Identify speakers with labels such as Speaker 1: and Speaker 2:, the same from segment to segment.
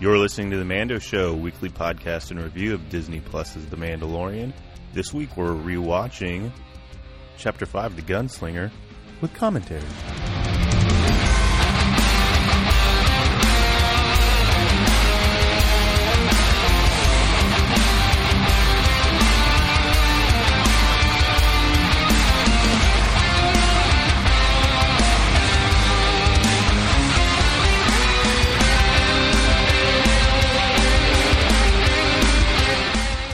Speaker 1: You're listening to The Mando Show, weekly podcast and review of Disney Plus's The Mandalorian. This week we're rewatching Chapter 5 The Gunslinger with commentary.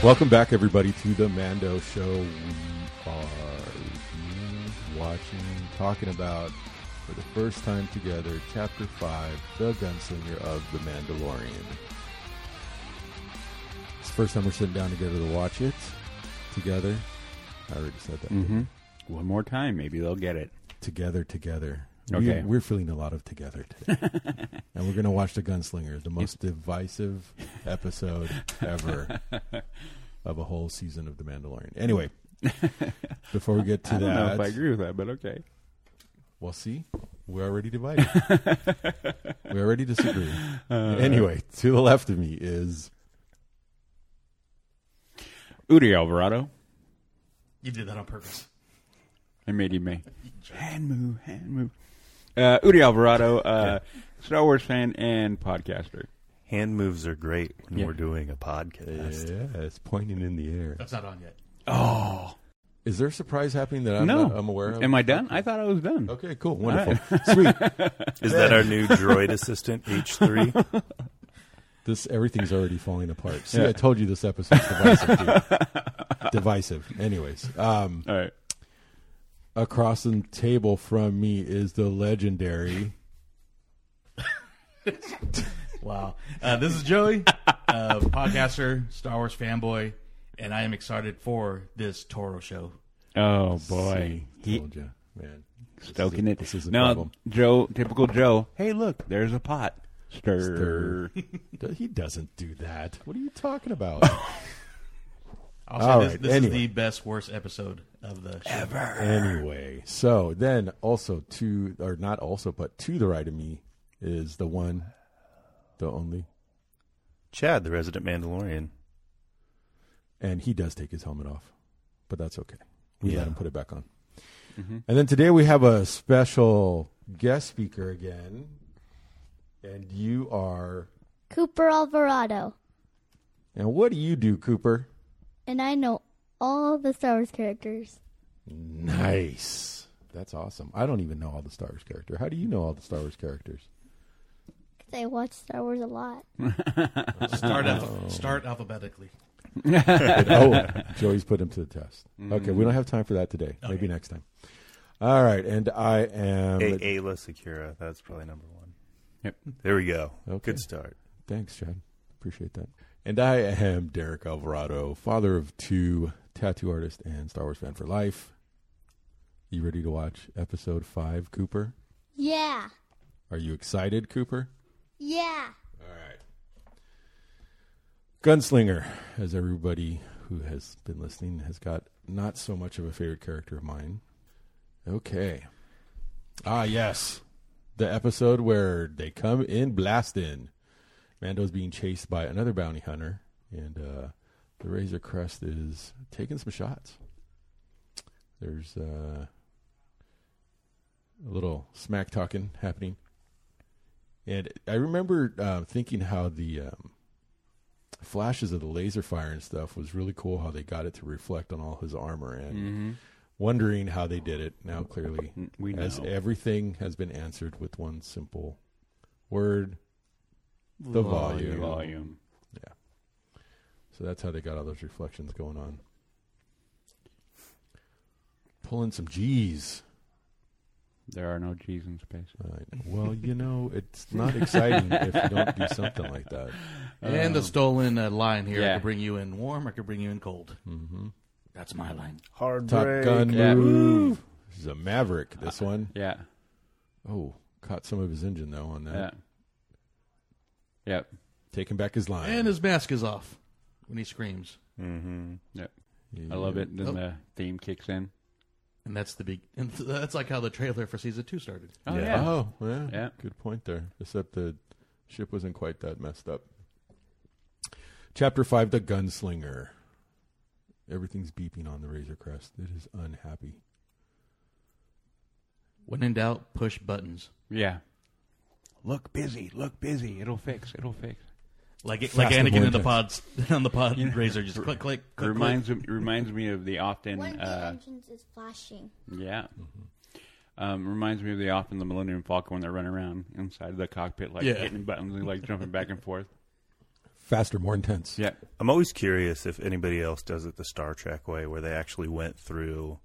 Speaker 2: Welcome back, everybody, to the Mando Show. We are watching, talking about for the first time together, Chapter 5, The Gunslinger of the Mandalorian. It's the first time we're sitting down together to watch it together. I already said that.
Speaker 3: One more time, maybe they'll get it.
Speaker 2: Together, together.
Speaker 3: Okay.
Speaker 2: We, are feeling a lot of together today. and we're going to watch The Gunslinger, the most divisive episode ever of a whole season of The Mandalorian. Anyway, before we get to
Speaker 3: I don't know
Speaker 2: that,
Speaker 3: if I agree with that, but okay.
Speaker 2: we'll see. We're already divided. we already disagree.
Speaker 3: Uh,
Speaker 2: anyway, to the left of me is
Speaker 3: Udi Alvarado,
Speaker 4: You did that on purpose.
Speaker 3: I made you me. Hand move, hand move. Uh, Udi Alvarado, uh, Star Wars fan and podcaster.
Speaker 1: Hand moves are great when
Speaker 3: Yeah.
Speaker 1: we're doing a podcast.
Speaker 2: yeah, it's pointing in the air.
Speaker 4: That's not on yet.
Speaker 3: Oh
Speaker 2: Is there a surprise happening that I'm,
Speaker 3: no,
Speaker 2: not, I'm aware of?
Speaker 3: Am I done? I thought I was done.
Speaker 2: Okay, cool, wonderful, sweet.
Speaker 1: Is that our new droid assistant, H3?
Speaker 2: This everything's already falling apart. See, I told you this episode's divisive. dude. divisive. Anyways, um,
Speaker 3: All right.
Speaker 2: across the table from me is the legendary.
Speaker 4: Wow. Uh, this is Joey, uh, podcaster, Star Wars fanboy, and I am excited for this Toro show.
Speaker 3: Oh boy, he
Speaker 2: told ya, man.
Speaker 3: stoking it.
Speaker 2: This is a
Speaker 3: no,
Speaker 2: problem.
Speaker 3: Joe, typical Joe. Hey, look, there's a pot. Er. Stir.
Speaker 2: Do- He doesn't do that. What are you talking about?
Speaker 4: I'll say
Speaker 2: All
Speaker 4: this,
Speaker 2: right,
Speaker 4: this
Speaker 2: anyway.
Speaker 4: is the best, worst episode of the show. Ever.
Speaker 2: anyway, so then also to or not also, but to the right of me is the one, the only,
Speaker 1: Chad, the resident Mandalorian.
Speaker 2: and he does take his helmet off, but that's okay. We
Speaker 1: Yeah.
Speaker 2: let him put it back on. And then today we have a special guest speaker again, and you are.
Speaker 5: Cooper Alvarado,
Speaker 2: And what do you do, Cooper?
Speaker 5: and I know all the Star Wars characters.
Speaker 2: Nice. That's awesome. I don't even know all the Star Wars character. How do you know all the Star Wars characters?
Speaker 5: 'cause I watch Star Wars a lot.
Speaker 4: Start, alpha- start alphabetically.
Speaker 2: oh, Joey's put him to the test. Okay, we don't have time for that today. Maybe next time. All right, and I am.
Speaker 1: A- Ayla Secura. That's probably number one.
Speaker 3: Yep. Mm-hmm.
Speaker 1: There we go.
Speaker 2: Okay.
Speaker 1: Good start.
Speaker 2: Thanks, Chad. Appreciate that. And I am Derek Alvarado, father of two, tattoo artist and Star Wars fan for life. You ready to watch episode five, Cooper?
Speaker 5: Yeah,
Speaker 2: Are you excited, Cooper?
Speaker 5: yeah.
Speaker 2: All right. Gunslinger, as everybody who has been listening has got not so much of a favorite character of mine. Okay. Ah, yes. The episode where they come in blasting. Mando's being chased by another bounty hunter, and uh, the Razor Crest is taking some shots. There's uh, a little smack talking happening. And I remember uh, thinking how the um, flashes of the laser fire and stuff was really cool. How they got it to reflect on all his armor, and wondering how they did it. Now clearly,
Speaker 3: We know.
Speaker 2: as everything has been answered with one simple word: the volume.
Speaker 3: Volume.
Speaker 2: So that's how they got all those reflections going on. Pulling some G's.
Speaker 3: There are no G's in space.
Speaker 2: All right. Well, you know, it's not exciting if you don't do something like that.
Speaker 4: and the stolen uh, line here. I
Speaker 3: yeah.
Speaker 4: could bring you in warm, I could bring you in cold. Mm-hmm. That's my line.
Speaker 1: Hard
Speaker 2: Top
Speaker 1: break.
Speaker 2: Gun
Speaker 3: Yeah.
Speaker 2: move. This is a Maverick. This one.
Speaker 3: Yeah.
Speaker 2: Oh, caught some of his engine though on that.
Speaker 3: Yeah. Yep.
Speaker 2: Taking back his line.
Speaker 4: And his mask is off when he screams.
Speaker 1: Mm-hmm.
Speaker 3: Yep.
Speaker 2: Yeah.
Speaker 3: I love it. Then the theme kicks in.
Speaker 4: And that's the big. And that's like how the trailer for season two started.
Speaker 3: Oh
Speaker 1: Yeah.
Speaker 3: yeah.
Speaker 2: Oh, yeah.
Speaker 3: Yeah.
Speaker 2: Good point there. Except the Ship wasn't quite that messed up. Chapter 5 The Gunslinger. Everything's beeping on the Razor Crest. It is unhappy.
Speaker 4: When in doubt, push buttons.
Speaker 3: Yeah. Look busy. Look busy. It'll fix. It'll fix.
Speaker 4: Like it, like
Speaker 2: Faster
Speaker 4: Anakin in the
Speaker 2: vortex.
Speaker 4: pods on the pod razor, just click click click.
Speaker 3: reminds it reminds me of the often.
Speaker 5: One of the
Speaker 3: Uh,
Speaker 5: engines is flashing.
Speaker 3: yeah. Um, reminds me of the often the Millennium Falcon when they run around inside the cockpit, like
Speaker 4: Yeah.
Speaker 3: hitting buttons and like jumping back and forth.
Speaker 2: Faster, more intense.
Speaker 3: Yeah.
Speaker 1: I'm always curious if anybody else does it the Star Trek way, where they actually went through,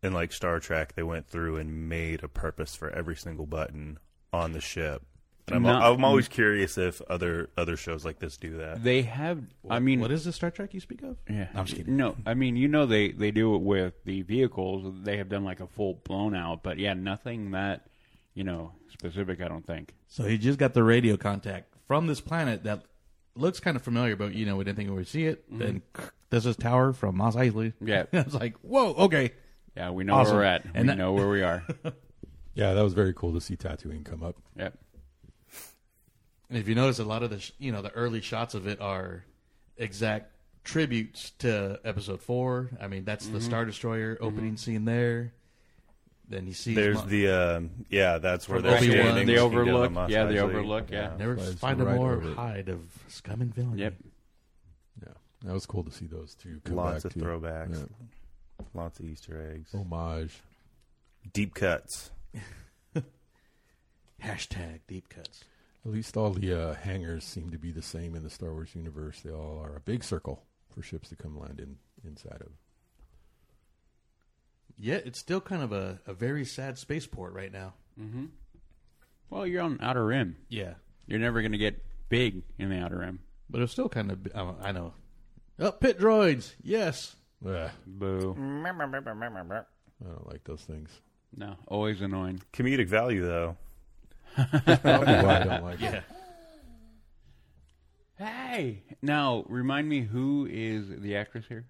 Speaker 1: and like Star Trek, they went through and made a purpose for every single button on the ship. And I'm,
Speaker 3: No.
Speaker 1: I'm always curious if other other shows like this do that.
Speaker 3: They have. I
Speaker 4: click.
Speaker 3: mean,
Speaker 4: What is the Star Trek you speak of?
Speaker 3: Yeah.
Speaker 4: No, I'm just kidding.
Speaker 3: No, I mean, you know, they, they do it with the vehicles. They have done like a full blown out, but yeah, nothing that, you know, specific, I don't think.
Speaker 4: So he just got the radio contact from this planet that looks kind of familiar, but you know we didn't think we would see it. Then this is Tower from Mos Eisley.
Speaker 3: Yeah.
Speaker 4: I was like, whoa, okay.
Speaker 3: Yeah, we know
Speaker 4: Awesome.
Speaker 3: where we're at.
Speaker 4: And
Speaker 3: we
Speaker 4: that-
Speaker 3: know where we are.
Speaker 2: Yeah, that was very cool to see tattooing come up.
Speaker 3: yep.
Speaker 4: And if you notice, a lot of the sh- you know the early shots of it are exact tributes to Episode Four. I mean, that's the Star Destroyer opening scene there. Then you see
Speaker 1: There's the um, yeah, that's where
Speaker 4: From
Speaker 1: they're
Speaker 4: Obi-Wan,
Speaker 1: standing. looking
Speaker 4: the
Speaker 1: down
Speaker 3: overlook.
Speaker 1: on Mos
Speaker 3: Yeah, the
Speaker 1: Eisley.
Speaker 3: overlook, yeah.
Speaker 4: never
Speaker 2: uh, Flies
Speaker 4: find a
Speaker 2: right
Speaker 4: more
Speaker 2: over it.
Speaker 4: hide of scum and villainy.
Speaker 3: Yep.
Speaker 2: Yeah, that was cool to see those two come
Speaker 1: Lots
Speaker 2: back
Speaker 1: of
Speaker 2: too.
Speaker 1: throwbacks,
Speaker 2: Yeah. Oh.
Speaker 1: lots of Easter eggs,
Speaker 2: Homage.
Speaker 1: deep cuts.
Speaker 4: Hashtag deep cuts.
Speaker 2: At least all the uh, hangars seem to be the same in the Star Wars universe. They all are a big circle for ships to come land in inside of.
Speaker 4: Yet it's still kind of a, a very sad spaceport right now.
Speaker 3: Well, you're on Outer Rim.
Speaker 4: Yeah,
Speaker 3: You're never going to get big in the Outer Rim.
Speaker 4: but it's still kind of oh, I know. Oh, pit droids. Yes.
Speaker 2: Ugh,
Speaker 3: Boo.
Speaker 2: I don't like those things.
Speaker 3: No, always annoying.
Speaker 1: Comedic value though.
Speaker 2: Probably why I don't like them.
Speaker 3: Hey! Now, remind me who is the actress here?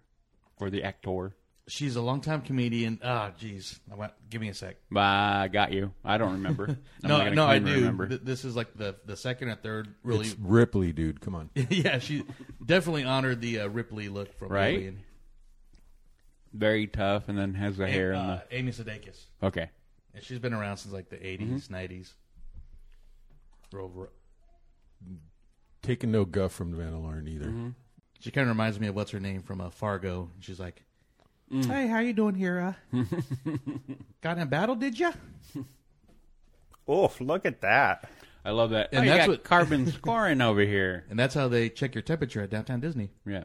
Speaker 3: Or the actor?
Speaker 4: She's a longtime comedian. Ah, jeez. I want. Give me a sec.
Speaker 3: Bah, I got you. I don't remember. I'm not
Speaker 4: no,
Speaker 3: gonna
Speaker 4: no, I
Speaker 3: claim to
Speaker 4: do.
Speaker 3: Remember.
Speaker 4: Th- this is like the the second or third really.
Speaker 2: It's Ripley, dude. Come on.
Speaker 4: yeah, she definitely honored the uh, Ripley look from
Speaker 3: Right?
Speaker 4: Alien.
Speaker 3: Very tough, and then has the hair
Speaker 4: and,
Speaker 3: and
Speaker 4: uh, Amy Sudeikis,
Speaker 3: the. Okay.
Speaker 4: and she's been around since like the 80s
Speaker 3: Mm-hmm.
Speaker 4: 90s. Rover.
Speaker 2: Taking no guff from the Mandalorian either.
Speaker 4: She kind of reminds me of what's her name from uh, Fargo. She's like, "Hey, how you doing here? Uh? Got in battle, did ya?"
Speaker 1: Oh, look at that!
Speaker 3: I love that.
Speaker 4: And
Speaker 3: And
Speaker 4: that's
Speaker 3: that's
Speaker 4: what-
Speaker 3: what carbon scoring over here.
Speaker 4: And that's how they check your temperature at Downtown Disney.
Speaker 3: Yeah.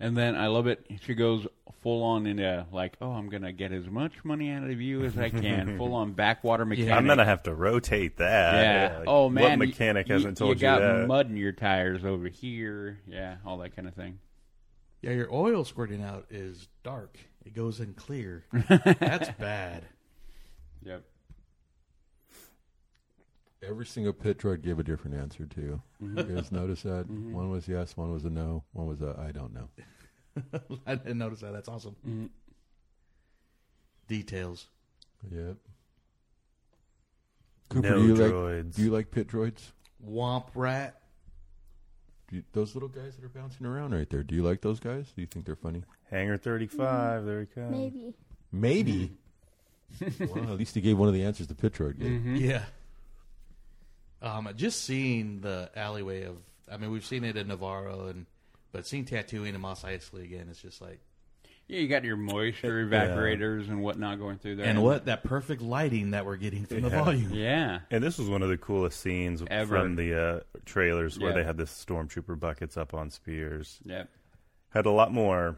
Speaker 3: And then I love it. She goes full on into like, oh, I'm gonna get as much money out of you as I can. full on backwater mechanic.
Speaker 1: I'm gonna have to rotate that.
Speaker 3: Yeah.
Speaker 1: Like,
Speaker 3: oh man.
Speaker 1: what mechanic
Speaker 3: you,
Speaker 1: hasn't told you,
Speaker 3: you got
Speaker 1: that?
Speaker 3: mud in your tires over here. Yeah, all that kind of thing.
Speaker 4: Yeah, your oil squirting out is dark. It goes in clear. that's bad.
Speaker 3: Yep.
Speaker 2: Every single pit droid gave a different answer too. You guys notice that? One was yes, one was a no, one was a I don't know.
Speaker 4: I didn't notice that. That's awesome.
Speaker 1: Mm.
Speaker 4: Details.
Speaker 2: Yep.
Speaker 1: No
Speaker 2: Cooper, do you like
Speaker 1: droids.
Speaker 2: do you like pit droids?
Speaker 4: Womp rat.
Speaker 2: Do you, those little guys that are bouncing around right there. Do you like those guys? Do you think they're funny?
Speaker 1: Hangar 35. There he comes.
Speaker 5: Maybe.
Speaker 2: Maybe. well, at least he gave one of the answers the pit droid gave.
Speaker 1: Hmm?
Speaker 4: Yeah. Um, just seeing the alleyway of, I mean, we've seen it in Navarro, and but seeing tattooing and Mos Eisley again is just like,
Speaker 3: Yeah, you got your moisture evaporators and whatnot going through there.
Speaker 4: and what that perfect lighting that we're getting from the
Speaker 1: Yeah.
Speaker 4: volume.
Speaker 3: Yeah.
Speaker 1: And this was one of the coolest scenes
Speaker 3: Ever.
Speaker 1: from the uh, trailers where
Speaker 3: Yeah.
Speaker 1: they had the stormtrooper buckets up on spears.
Speaker 3: Yep.
Speaker 1: Had a lot more,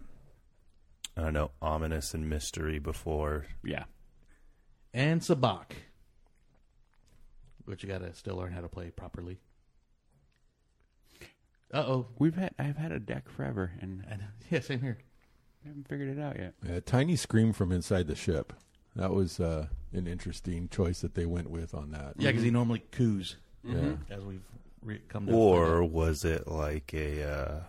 Speaker 1: I don't know, ominous and mystery before.
Speaker 3: Yeah.
Speaker 4: And Sabak, which you gotta still learn how to play properly. Uh oh.
Speaker 3: We've had I've had a deck forever and I
Speaker 4: Yeah, same here.
Speaker 3: haven't figured it out yet.
Speaker 2: A tiny scream from inside the ship. That was uh, an interesting choice that they went with on that.
Speaker 4: Yeah, because he normally coos,
Speaker 2: Yeah.
Speaker 4: as we've re- come to
Speaker 1: Or was it like a uh,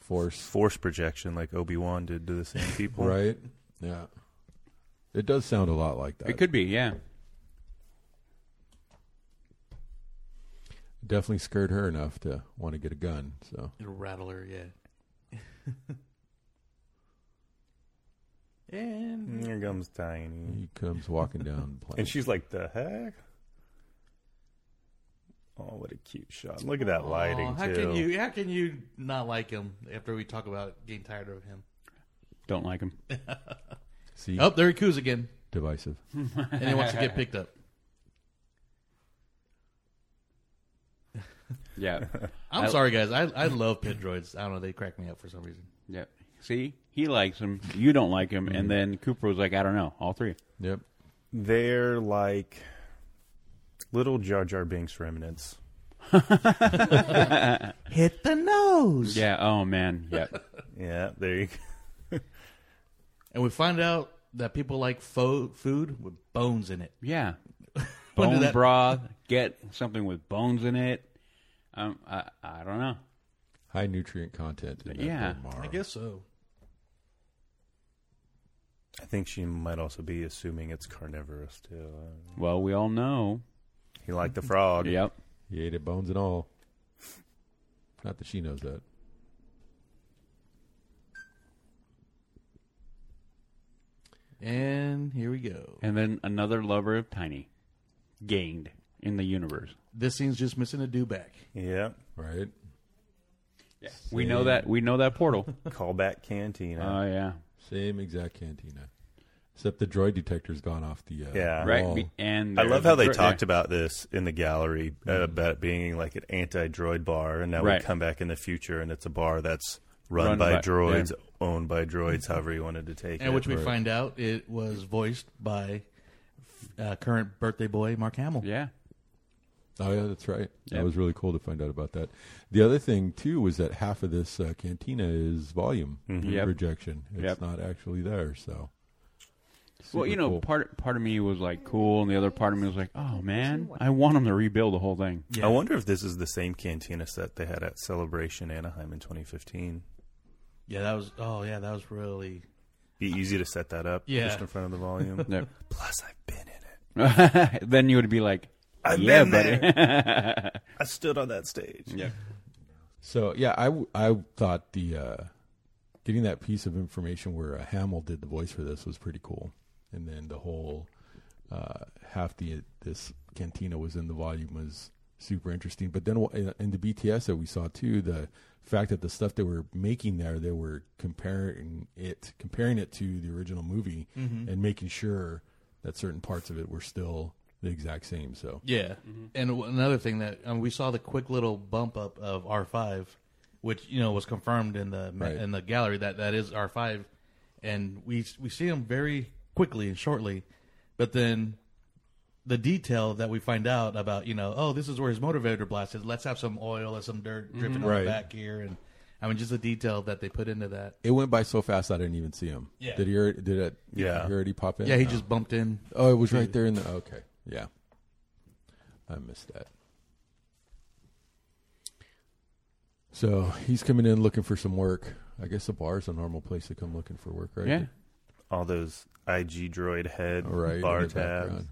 Speaker 2: Force,
Speaker 1: force projection like Obi Wan did to the same people?
Speaker 2: right? Yeah. It does sound a lot like that.
Speaker 3: It could be, yeah.
Speaker 2: definitely scared her enough to want to get a gun. So
Speaker 4: It'll rattle her, yeah. and
Speaker 1: Mm, Here comes Tiny.
Speaker 2: he comes walking down the plane.
Speaker 1: And she's like, the heck? Oh, what a cute shot. Look at that lighting,
Speaker 4: Aw, how
Speaker 1: too.
Speaker 4: can you how can you not like him after we talk about getting tired of him?
Speaker 3: Don't like him.
Speaker 2: See,
Speaker 4: Oh, there he coos again,
Speaker 2: divisive.
Speaker 4: and he wants to get picked up.
Speaker 3: Yeah.
Speaker 4: I'm
Speaker 3: I-
Speaker 4: sorry, guys. I I love pit droids. I don't know. They crack me up for some reason.
Speaker 3: yeah. See, he likes him. You don't like him. And then Cooper was like, I don't know. All three.
Speaker 2: Yep.
Speaker 1: They're like little Jar Jar Binks remnants.
Speaker 4: Hit the nose.
Speaker 3: Yeah. Oh, man. Yeah.
Speaker 1: Yeah, there you go.
Speaker 4: And we find out that people like fo- food with bones in it.
Speaker 3: Yeah.
Speaker 4: When did
Speaker 3: Bone
Speaker 4: that-
Speaker 3: broth. Get something with bones in it. Um, I, I don't know.
Speaker 2: High nutrient content. In that
Speaker 3: Yeah,
Speaker 2: bone marrow.
Speaker 4: I guess so.
Speaker 1: I think she might also be assuming it's carnivorous, too. Uh,
Speaker 3: Well, we all know.
Speaker 1: He liked the frog.
Speaker 3: Yep.
Speaker 2: he ate it bones and all. Not that she knows that.
Speaker 4: And here we go.
Speaker 3: And then another lover of Tiny gained in the universe.
Speaker 4: This scene's just missing a do back.
Speaker 1: Yeah.
Speaker 2: Right?
Speaker 3: Yeah. We know that. We know that portal.
Speaker 1: Callback
Speaker 3: Oh,
Speaker 1: Cantina.
Speaker 3: yeah.
Speaker 2: Same exact cantina, except the droid detector's gone off the uh,
Speaker 1: Yeah.
Speaker 3: Right.
Speaker 2: wall.
Speaker 3: be- And
Speaker 1: I love how they
Speaker 3: yeah. Mm-hmm.
Speaker 1: talked about this in the gallery uh, about it being like an anti-droid bar, and now
Speaker 3: Right.
Speaker 1: we come back in the future and it's a bar that's run,
Speaker 3: Run
Speaker 1: by,
Speaker 3: by-
Speaker 1: droids, owned by droids, however you wanted to take
Speaker 4: And
Speaker 1: it.
Speaker 4: which we find out it was voiced by uh, current birthday boy Mark Hamill.
Speaker 3: Yeah.
Speaker 2: Oh yeah, that's right.
Speaker 3: Yep.
Speaker 2: That was really cool to find out about that. The other thing too was that half of this uh, cantina is volume
Speaker 3: Yep.
Speaker 2: projection. It's
Speaker 3: Yep.
Speaker 2: not actually there, so.
Speaker 3: Well, you
Speaker 2: super
Speaker 3: know,
Speaker 2: cool.
Speaker 3: part part of me was like cool, and the other part of me was like, oh man, I want them to rebuild the whole thing.
Speaker 4: Yeah.
Speaker 1: I wonder if this is the same cantina set they had at Celebration Anaheim in 2015.
Speaker 4: Yeah, that was. Oh, yeah, that was really.
Speaker 1: Be easy to set that up
Speaker 4: Yeah.
Speaker 1: just in front of the volume.
Speaker 3: Yep.
Speaker 1: Plus, I've been in it.
Speaker 3: then you would be like,
Speaker 1: I've
Speaker 3: yeah,
Speaker 1: been
Speaker 3: buddy.
Speaker 1: there.
Speaker 2: uh,
Speaker 1: I stood on that stage.
Speaker 3: yeah.
Speaker 2: So yeah, I, w- I thought the uh, getting that piece of information where uh, Hamill did the voice for this was pretty cool, and then the whole uh, half the this cantina was in the volume was super interesting. But then w- in- in the BTS that we saw too, the fact that the stuff they were making there, they were comparing it comparing it to the original movie and making sure that certain parts of it were still the exact same. So
Speaker 4: Yeah. And w- another thing that um, we saw the quick little bump up of R5, which you know was confirmed in the ma
Speaker 2: Right.
Speaker 4: in the gallery that that is R5, and we we see him very quickly and shortly, but then the detail that we find out about you know oh this is where his motivator blast is let's have some oil and some dirt dripping on
Speaker 2: Right.
Speaker 4: the back here and I mean just the detail that they put into that
Speaker 2: it went by so fast I didn't even see him.
Speaker 4: Yeah.
Speaker 2: Did he? already- Did it?
Speaker 1: Yeah.
Speaker 2: Did he already pop in?
Speaker 4: yeah he
Speaker 2: No.
Speaker 4: just bumped in
Speaker 2: Oh, it was right there in the. Okay, yeah. I missed that. So he's coming in looking for some work. I guess the bar is a normal place to come looking for work, right?
Speaker 3: Yeah.
Speaker 1: All those IG droid head
Speaker 2: All right. in
Speaker 1: bar
Speaker 2: the
Speaker 1: tabs.
Speaker 2: background.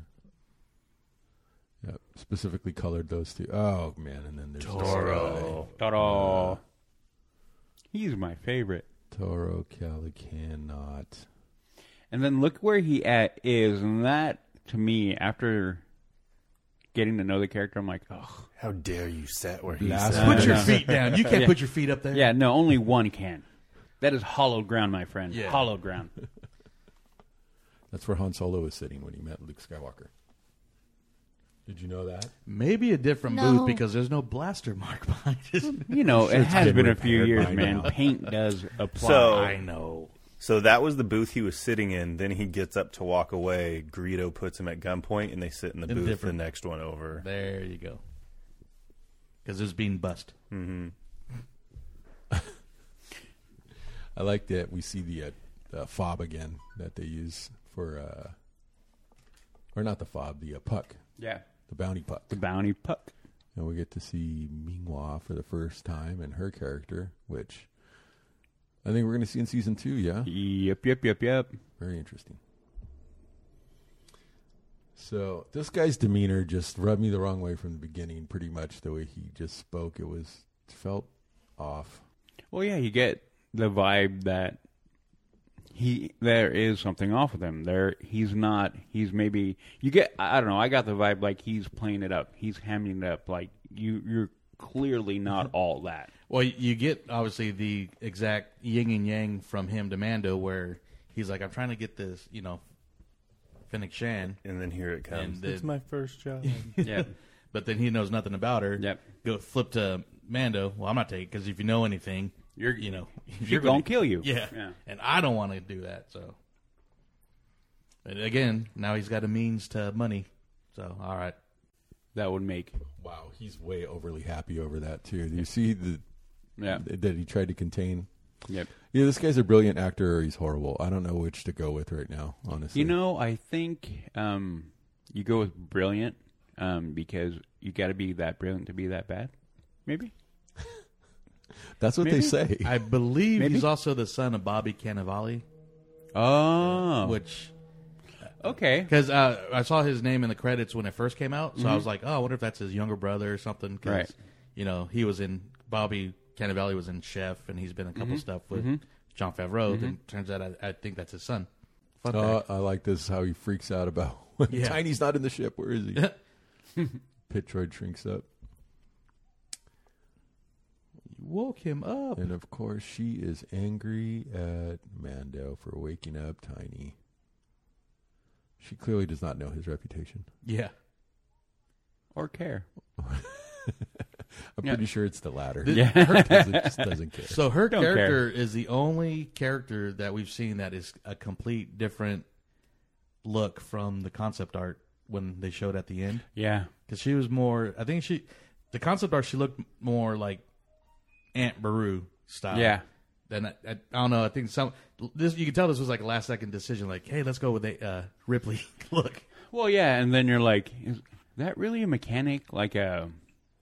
Speaker 2: Yep. Specifically colored those two. Oh man, and then there's Toro,
Speaker 3: Ta-da. He's my favorite.
Speaker 2: Toro Cali cannot.
Speaker 3: And then look where he at is, and that to me, after getting to know the character, I'm like, oh,
Speaker 1: How dare you set where he's
Speaker 2: Last
Speaker 1: at?
Speaker 2: one.
Speaker 4: put your
Speaker 3: no.
Speaker 4: feet down you can't put your feet up there
Speaker 3: yeah, no, only one can. That is hollow ground, my friend.
Speaker 4: Yeah.
Speaker 3: Hollow ground.
Speaker 2: That's where Han Solo was sitting when he met Luke Skywalker. Did you know that?
Speaker 4: maybe a different
Speaker 5: No.
Speaker 4: booth because there's no blaster mark behind it.
Speaker 3: You know, it has
Speaker 2: been
Speaker 3: been a few
Speaker 2: repaired
Speaker 3: years,
Speaker 2: by
Speaker 3: man.
Speaker 2: now.
Speaker 3: Paint does apply.
Speaker 1: So-
Speaker 4: I know.
Speaker 1: So that was the booth he was sitting in. Then he gets up to walk away. Greedo puts him at gunpoint, and they sit in the
Speaker 4: In
Speaker 1: booth
Speaker 4: different-
Speaker 1: the next one over.
Speaker 4: There you go. Because it's being bust.
Speaker 2: I like that we see the uh, uh, fob again that they use for, uh, or not the fob, the uh, puck,
Speaker 3: yeah,
Speaker 2: the bounty puck,
Speaker 3: the bounty puck.
Speaker 2: and we get to see Minghua for the first time and her character, which I think we're going to see in season two. Yeah,
Speaker 3: Yep, yep, yep, yep.
Speaker 2: very interesting. So this guy's demeanor just rubbed me the wrong way from the beginning. Pretty much the way he just spoke, it was felt off.
Speaker 3: Well, yeah, you get the vibe that he there is something off with him. There, he's not. He's maybe you get. I I don't know. I got the vibe like he's playing it up. He's hamming it up. Like you, you're clearly not all that.
Speaker 4: Well, you get obviously the exact yin and yang from him to Mando, where he's like, "I'm trying to get this," you know, Finnick Shan,
Speaker 1: And then here it comes.
Speaker 4: And then-
Speaker 1: it's my first job.
Speaker 3: Yeah,
Speaker 4: but then he knows nothing about her.
Speaker 3: Yep.
Speaker 4: Go flip to Mando. Well, I'm not taking because if you know anything,
Speaker 3: You're-
Speaker 4: you know
Speaker 3: you're gonna kill you.
Speaker 4: Yeah.
Speaker 3: Yeah.
Speaker 4: and I don't want to do that. So, and again, now he's got a means to money. So, all right,
Speaker 3: that would make.
Speaker 2: Wow, he's way overly happy over that too. Do you see the
Speaker 3: Yeah,
Speaker 2: that he tried to contain?
Speaker 3: yep.
Speaker 2: Yeah, this guy's a brilliant actor, or he's horrible. I don't know which to go with right now. Honestly,
Speaker 3: You know, I think um, you go with brilliant um, because you got to be that brilliant to be that bad. Maybe.
Speaker 2: that's what they
Speaker 3: maybe
Speaker 2: say.
Speaker 4: I believe
Speaker 3: Maybe.
Speaker 4: he's also the son of Bobby Cannavale,
Speaker 3: Oh,
Speaker 4: which
Speaker 3: okay.
Speaker 4: Because uh, I saw his name in the credits when it first came out, so I was like, "Oh, I wonder if that's his younger brother or something."
Speaker 3: Mm-hmm.
Speaker 4: 'cause,
Speaker 3: Right.
Speaker 4: You know, he was in Bobby Cannavale was in Chef, and he's been in a
Speaker 3: Mm-hmm.
Speaker 4: couple stuff with John Favreau. Then turns out I, I think that's his son. Fun
Speaker 2: Uh,
Speaker 4: fact.
Speaker 2: I like this how he freaks out about when
Speaker 4: Yeah.
Speaker 2: Tiny's not in the ship. Where is he? Pitroid shrinks up,
Speaker 4: You woke him up.
Speaker 2: and of course she is angry at Mando for waking up Tiny. She clearly does not know his reputation.
Speaker 4: Yeah.
Speaker 3: Or care.
Speaker 2: I'm
Speaker 3: Yeah.
Speaker 2: pretty sure it's the latter.
Speaker 4: Yeah.
Speaker 2: Her doesn't, just doesn't care.
Speaker 4: So her
Speaker 3: Don't
Speaker 4: character is the only character that we've seen that is a complete different look from the concept art when they showed at the end.
Speaker 3: Yeah.
Speaker 4: because she was more. I think she, the concept art, she looked more like Aunt Beru style.
Speaker 3: Yeah.
Speaker 4: Then I, I, I don't know. I think some this you can tell this was like a last second decision. Like, hey, let's go with a uh, Ripley look.
Speaker 3: Well, yeah, and then you're like, is that really a mechanic? Like a,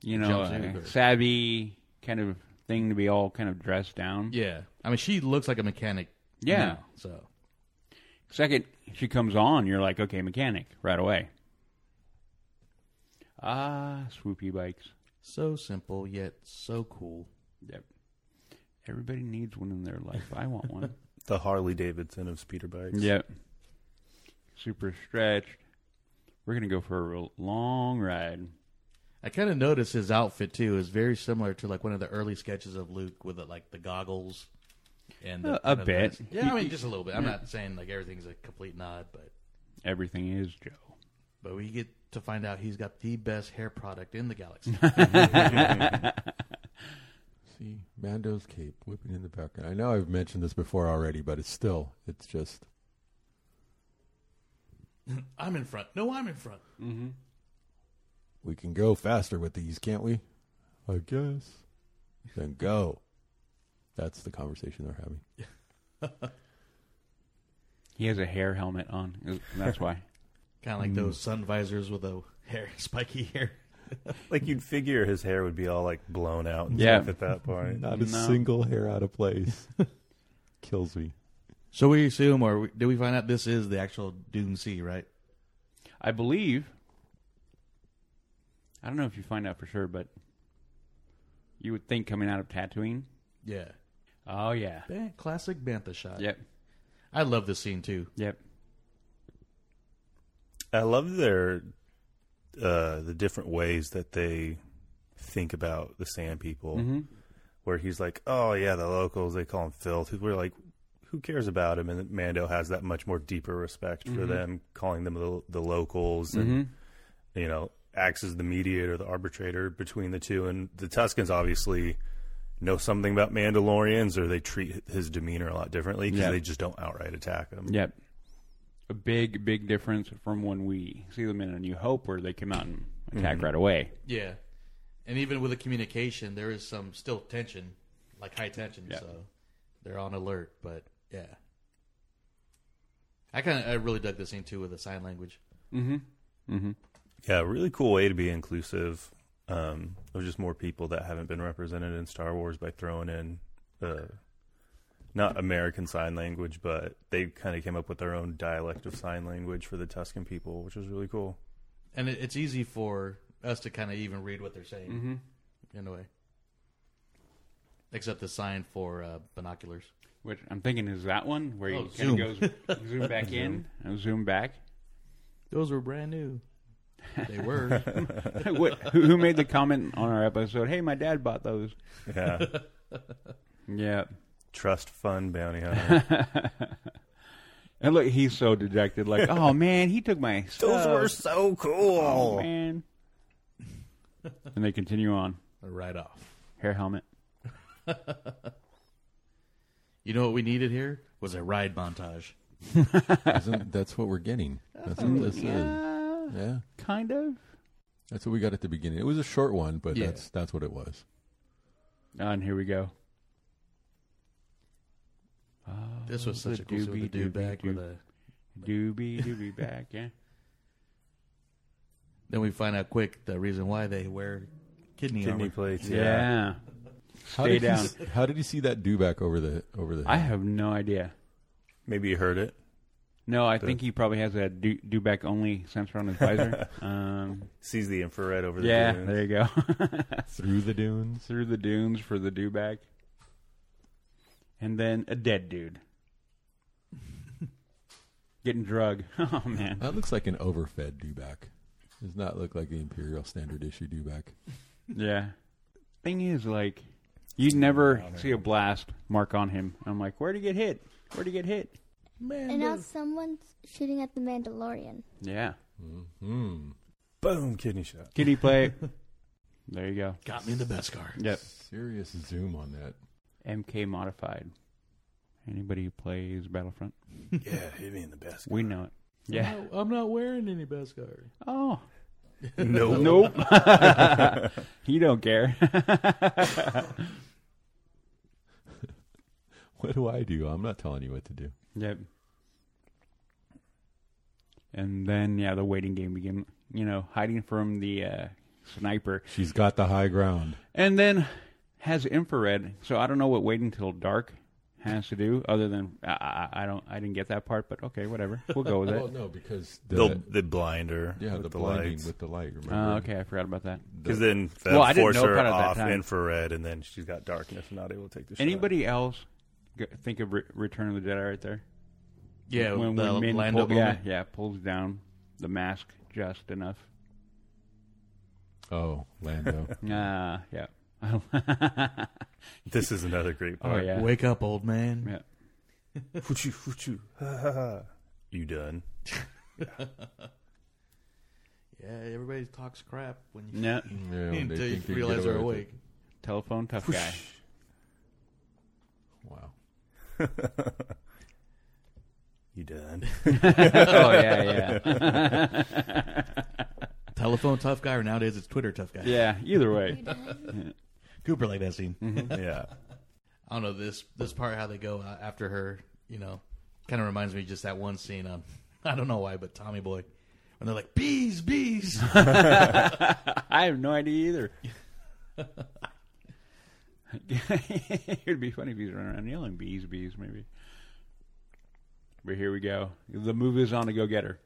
Speaker 3: you know,
Speaker 4: Jumpsuit
Speaker 3: a
Speaker 4: or-
Speaker 3: savvy kind of thing to be all kind of dressed down.
Speaker 4: Yeah, I mean, she looks like a mechanic.
Speaker 3: Yeah.
Speaker 4: now, so
Speaker 3: Second, she comes on, you're like, okay, mechanic, right away. Ah, swoopy bikes.
Speaker 4: so simple yet so cool.
Speaker 3: Yep. Everybody needs one in their life. I want one.
Speaker 1: the Harley Davidson of speeder bikes.
Speaker 3: yep. Super stretched. We're gonna go for a real long ride.
Speaker 4: I kind of noticed his outfit too is very similar to like one of the early sketches of Luke with the, like the goggles and the,
Speaker 3: A- a
Speaker 4: kind of
Speaker 3: bit.
Speaker 4: the- yeah, I mean, just a little bit. I'm not saying like everything's a complete nod, but
Speaker 3: Everything is Joe.
Speaker 4: But we get to find out he's got the best hair product in the galaxy.
Speaker 2: See Mando's cape whipping in the background. I know I've mentioned this before already, but it's still it's just
Speaker 4: I'm in front. No, I'm in front.
Speaker 2: we can go faster with these, can't we? I guess. Then go. That's the conversation they're having.
Speaker 3: He has a hair helmet on. and That's why.
Speaker 4: Kind of like those sun visors with the hair, spiky hair.
Speaker 1: Like you'd figure his hair would be all like blown out and
Speaker 3: Yeah.
Speaker 1: stuff at that point.
Speaker 2: Not
Speaker 3: a
Speaker 2: a
Speaker 3: No.
Speaker 2: single hair out of place. Kills me.
Speaker 4: So we assume, or we, did we find out this is the actual Dune Sea, right?
Speaker 3: I believe. I don't know if you find out for sure, but you would think coming out of Tatooine.
Speaker 4: Yeah.
Speaker 3: Oh yeah.
Speaker 4: Ban- classic Bantha shot.
Speaker 3: Yep.
Speaker 4: I love this scene too.
Speaker 3: Yep.
Speaker 1: I love their uh, the different ways that they think about the sand people. Where he's like, "Oh yeah, the locals they call him filth." We're like, "Who cares about him?" And Mando has that much more deeper respect for them, calling them the, the locals, and you know, acts as the mediator, the arbitrator between the two. And the Tuscans obviously know something about Mandalorians, or they treat his demeanor a lot differently because
Speaker 3: Yeah.
Speaker 1: they just don't outright attack him.
Speaker 3: Yep. A big, big difference from when we see them in A New Hope, where they come out and attack right away.
Speaker 4: Yeah. And even with the communication, there is some still tension, like high tension.
Speaker 3: Yeah.
Speaker 4: So they're on alert. But yeah. I kind of, I really dug this scene too with the sign language.
Speaker 3: Mm-hmm.
Speaker 1: Yeah, really cool way to be inclusive um, of just more people that haven't been represented in Star Wars by throwing in uh, not American Sign Language, but they kind of came up with their own dialect of sign language for the Tuscan people, which was really cool.
Speaker 4: and it, it's easy for us to kind of even read what they're saying
Speaker 3: Mm-hmm.
Speaker 4: in a way. Except the sign for uh, binoculars.
Speaker 3: Which I'm thinking is that one where you
Speaker 4: Oh,
Speaker 3: kind of goes zoom back in and zoom back.
Speaker 4: Those were brand new. They were.
Speaker 3: what, who, who made the comment on our episode? Hey, my dad bought those.
Speaker 1: Yeah,
Speaker 3: Yeah.
Speaker 1: trust fund bounty hunter.
Speaker 3: And look, he's so dejected. Like, oh man, he took my stuff.
Speaker 1: so
Speaker 3: Oh,
Speaker 1: cool.
Speaker 3: man. and they continue on.
Speaker 4: right off.
Speaker 3: Hair helmet.
Speaker 4: You know what we needed here was a ride montage.
Speaker 2: Isn't, that's what we're getting. That's what
Speaker 4: Oh,
Speaker 2: this
Speaker 3: Yeah,
Speaker 2: is. Yeah.
Speaker 3: kind of.
Speaker 2: That's what we got at the beginning. It was a short one, but
Speaker 4: Yeah.
Speaker 2: that's that's what it was.
Speaker 3: Ah, and here we go.
Speaker 4: This was such
Speaker 3: the
Speaker 4: a cool scene with Oh, the
Speaker 3: doobie,
Speaker 4: dude
Speaker 3: doobie,
Speaker 4: back with a.
Speaker 3: Doobie doobie back. Yeah.
Speaker 4: Then we find out quick the reason why they wear kidney,
Speaker 1: Kidney
Speaker 4: armor.
Speaker 1: plates.
Speaker 3: Yeah.
Speaker 1: Yeah.
Speaker 2: How
Speaker 3: Stay
Speaker 2: did you
Speaker 3: down.
Speaker 2: s- how did you see that do back over the over the?
Speaker 3: I have no idea.
Speaker 1: maybe you heard it.
Speaker 3: No, I think he probably has a do, do back only sensor on his visor. um,
Speaker 1: Sees the infrared over the
Speaker 3: yeah,
Speaker 1: dunes.
Speaker 3: there you go.
Speaker 2: through the dunes?
Speaker 3: Through the dunes for the do back. And then a dead dude. Getting drug. Oh, man.
Speaker 2: That looks like an overfed do back. Does not look like the Imperial Standard issue do back.
Speaker 3: Yeah. Thing is, like, you'd never see a blast mark on him. I'm like, where'd he get hit? Where'd he get hit?
Speaker 5: And now someone's shooting at the Mandalorian.
Speaker 3: Yeah.
Speaker 2: Hmm.
Speaker 1: Boom, kidney shot.
Speaker 3: Kitty play. there you go.
Speaker 4: Got me in the best car.
Speaker 3: Yep.
Speaker 2: Serious zoom on that.
Speaker 3: MK modified. Anybody who plays Battlefront,
Speaker 1: Yeah, hit me in the basket.
Speaker 3: we know it. Yeah.
Speaker 4: I'm not wearing any best car.
Speaker 3: Oh.
Speaker 1: no,
Speaker 3: Nope. you don't care.
Speaker 2: What do I do? I'm not telling you what to do.
Speaker 3: Yep. And then yeah, the waiting game begin. You know, hiding from the uh, sniper,
Speaker 2: She's got the high ground.
Speaker 3: and then has infrared. So I don't know what waiting till dark has to do, other than I, I, I don't. I didn't get that part, but okay, whatever. We'll go with
Speaker 2: Well,
Speaker 3: it.
Speaker 2: Oh, no, because the,
Speaker 1: the the blinder.
Speaker 2: yeah,
Speaker 1: with
Speaker 2: the,
Speaker 1: the
Speaker 2: blinding
Speaker 1: lights.
Speaker 2: with the light. Remember?
Speaker 3: Uh,
Speaker 4: Ah,
Speaker 3: okay, I forgot about that.
Speaker 1: Because then that
Speaker 3: Well, I didn't
Speaker 1: force
Speaker 3: know
Speaker 1: her
Speaker 3: about it at that
Speaker 1: off
Speaker 3: time.
Speaker 1: infrared, and then she's got darkness and not able to
Speaker 4: uh,
Speaker 1: take the shot.
Speaker 3: Anybody else g- think of Re- Return of the Jedi right there?
Speaker 4: Yeah,
Speaker 3: when,
Speaker 4: the
Speaker 3: when Min
Speaker 4: Lando
Speaker 3: pull- yeah,
Speaker 4: moment.
Speaker 3: yeah, pulls down the mask just enough.
Speaker 2: Oh, Lando.
Speaker 3: Ah, yeah.
Speaker 1: This is another great
Speaker 3: oh
Speaker 1: part.
Speaker 3: yeah.
Speaker 4: Wake up, old man.
Speaker 3: Yeah.
Speaker 1: Fuchu, fuchu. Ha, ha, ha. you done?
Speaker 4: Yeah, everybody talks crap when you
Speaker 3: Yeah.
Speaker 2: Yeah, when they
Speaker 4: until you
Speaker 2: think they can
Speaker 4: realize
Speaker 2: get
Speaker 4: they're
Speaker 2: away with
Speaker 4: awake.
Speaker 2: it.
Speaker 3: Telephone tough guy.
Speaker 2: Wow.
Speaker 1: You done?
Speaker 3: oh yeah, yeah,
Speaker 4: Telephone tough guy, or nowadays it's Twitter tough guy.
Speaker 3: yeah. Either way,
Speaker 4: Cooper like that scene.
Speaker 3: Mm-hmm.
Speaker 1: yeah.
Speaker 4: I don't know this this part how they go uh, after her. You know, kind of reminds me just that one scene on I don't know why, but Tommy Boy, when they're like bees, bees.
Speaker 3: I have no idea either. it would be funny if he's running around yelling bees, bees, maybe. But here we go. The move is on to go get her.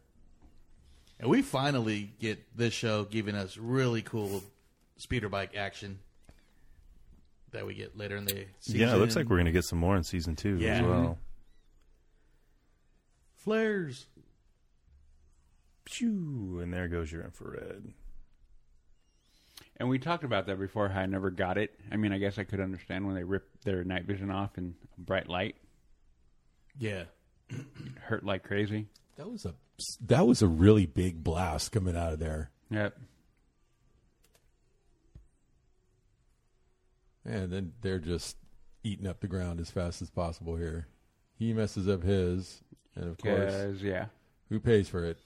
Speaker 4: And we finally get this show giving us really cool speeder bike action that we get later in the season.
Speaker 1: Yeah, it looks like we're gonna get some more in season two
Speaker 4: Yeah.
Speaker 1: as well.
Speaker 3: Mm-hmm.
Speaker 4: flares.
Speaker 1: Pew, and there goes your infrared.
Speaker 3: And we talked about that before. How I never got it. I mean, I guess I could understand when they rip their night vision off in bright light.
Speaker 4: Yeah,
Speaker 3: It hurt like crazy.
Speaker 2: That was a that was a really big blast coming out of there.
Speaker 3: Yep.
Speaker 2: And then they're just eating up the ground as fast as possible here. He messes up his, and of course,
Speaker 3: Because yeah,
Speaker 2: who pays for it?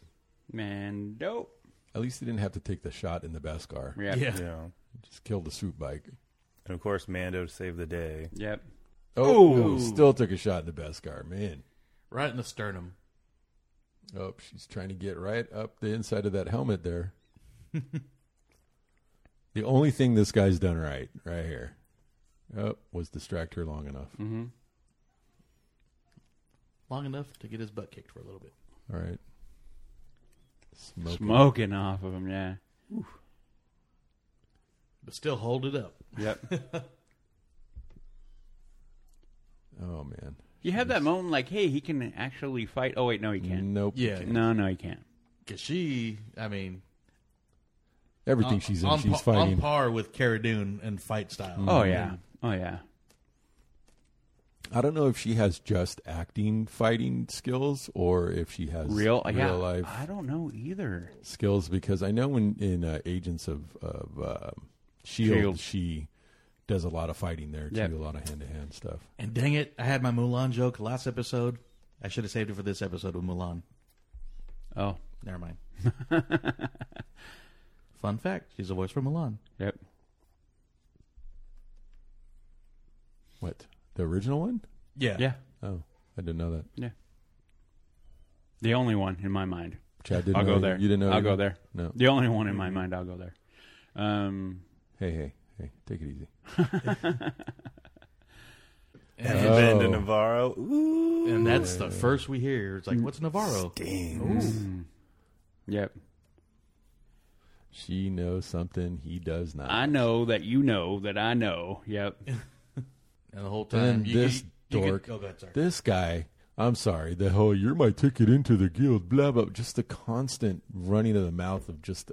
Speaker 3: man, dope.
Speaker 2: At least he didn't have to take the shot in the Beskar.
Speaker 3: Yep.
Speaker 4: yeah.
Speaker 1: Yeah.
Speaker 2: Just kill the swoop bike.
Speaker 1: And of course, Mando to save the day.
Speaker 3: Yep.
Speaker 2: Oh, no, still took a shot in the Beskar, man.
Speaker 4: Right in the sternum.
Speaker 2: Oh, she's trying to get right up the inside of that helmet there. the only thing this guy's done right, right here, oh, was distract her long enough.
Speaker 3: hmm
Speaker 4: long enough to get his butt kicked for a little bit.
Speaker 2: All right. Smoking.
Speaker 3: Smoking off of him, yeah.
Speaker 4: But still hold it up.
Speaker 3: Yep.
Speaker 2: Oh man.
Speaker 3: you have that moment like, hey, he can actually fight. Oh, wait, no, he can't.
Speaker 2: Nope.
Speaker 4: Yeah.
Speaker 3: No, no, he can't.
Speaker 4: Because she, I mean,
Speaker 2: Everything
Speaker 4: on-
Speaker 2: she's in,
Speaker 4: on
Speaker 2: she's
Speaker 4: par,
Speaker 2: fighting. Mm-hmm.
Speaker 4: On par with Cara Dune and fight style.
Speaker 3: Oh, yeah. Oh, yeah.
Speaker 2: I don't know if she has just acting fighting skills or if she has
Speaker 3: Real, uh, yeah.
Speaker 2: life
Speaker 3: I don't know either.
Speaker 2: skills because I know in in uh, Agents of of um Shield,
Speaker 3: Shield.
Speaker 2: she does a lot of fighting there too,
Speaker 3: E Yeah.
Speaker 2: a lot of hand to hand stuff.
Speaker 4: And dang it, I had my Mulan joke last episode. I should have saved it for this episode with Mulan.
Speaker 3: Oh,
Speaker 4: Never mind. Fun fact: She's a voice for Mulan.
Speaker 3: yep.
Speaker 2: What the original one?
Speaker 3: Yeah.
Speaker 2: Oh, I didn't know that.
Speaker 3: The only one in my mind.
Speaker 2: Chad didn't.
Speaker 3: I'll
Speaker 2: know
Speaker 3: go there.
Speaker 2: You didn't know.
Speaker 3: I'll
Speaker 2: either? Mm-hmm.
Speaker 3: go there.
Speaker 2: No.
Speaker 3: The only one in my mind. I'll go there. Um,
Speaker 2: Hey, hey, hey. Take it easy.
Speaker 1: And
Speaker 2: Oh.
Speaker 1: then to Navarro. Ooh.
Speaker 4: And that's the first we hear. It's like, what's Navarro?
Speaker 1: Stings.
Speaker 3: yep.
Speaker 2: She knows something he does not.
Speaker 3: I know that you know that I know. Yep.
Speaker 4: And the whole
Speaker 2: then
Speaker 4: time, you,
Speaker 2: this
Speaker 4: you, you could-
Speaker 2: dork-
Speaker 4: oh, go ahead, sorry.
Speaker 2: This guy, I'm sorry, the whole you're my ticket into the guild, blah blah. Just the constant running of the mouth of just.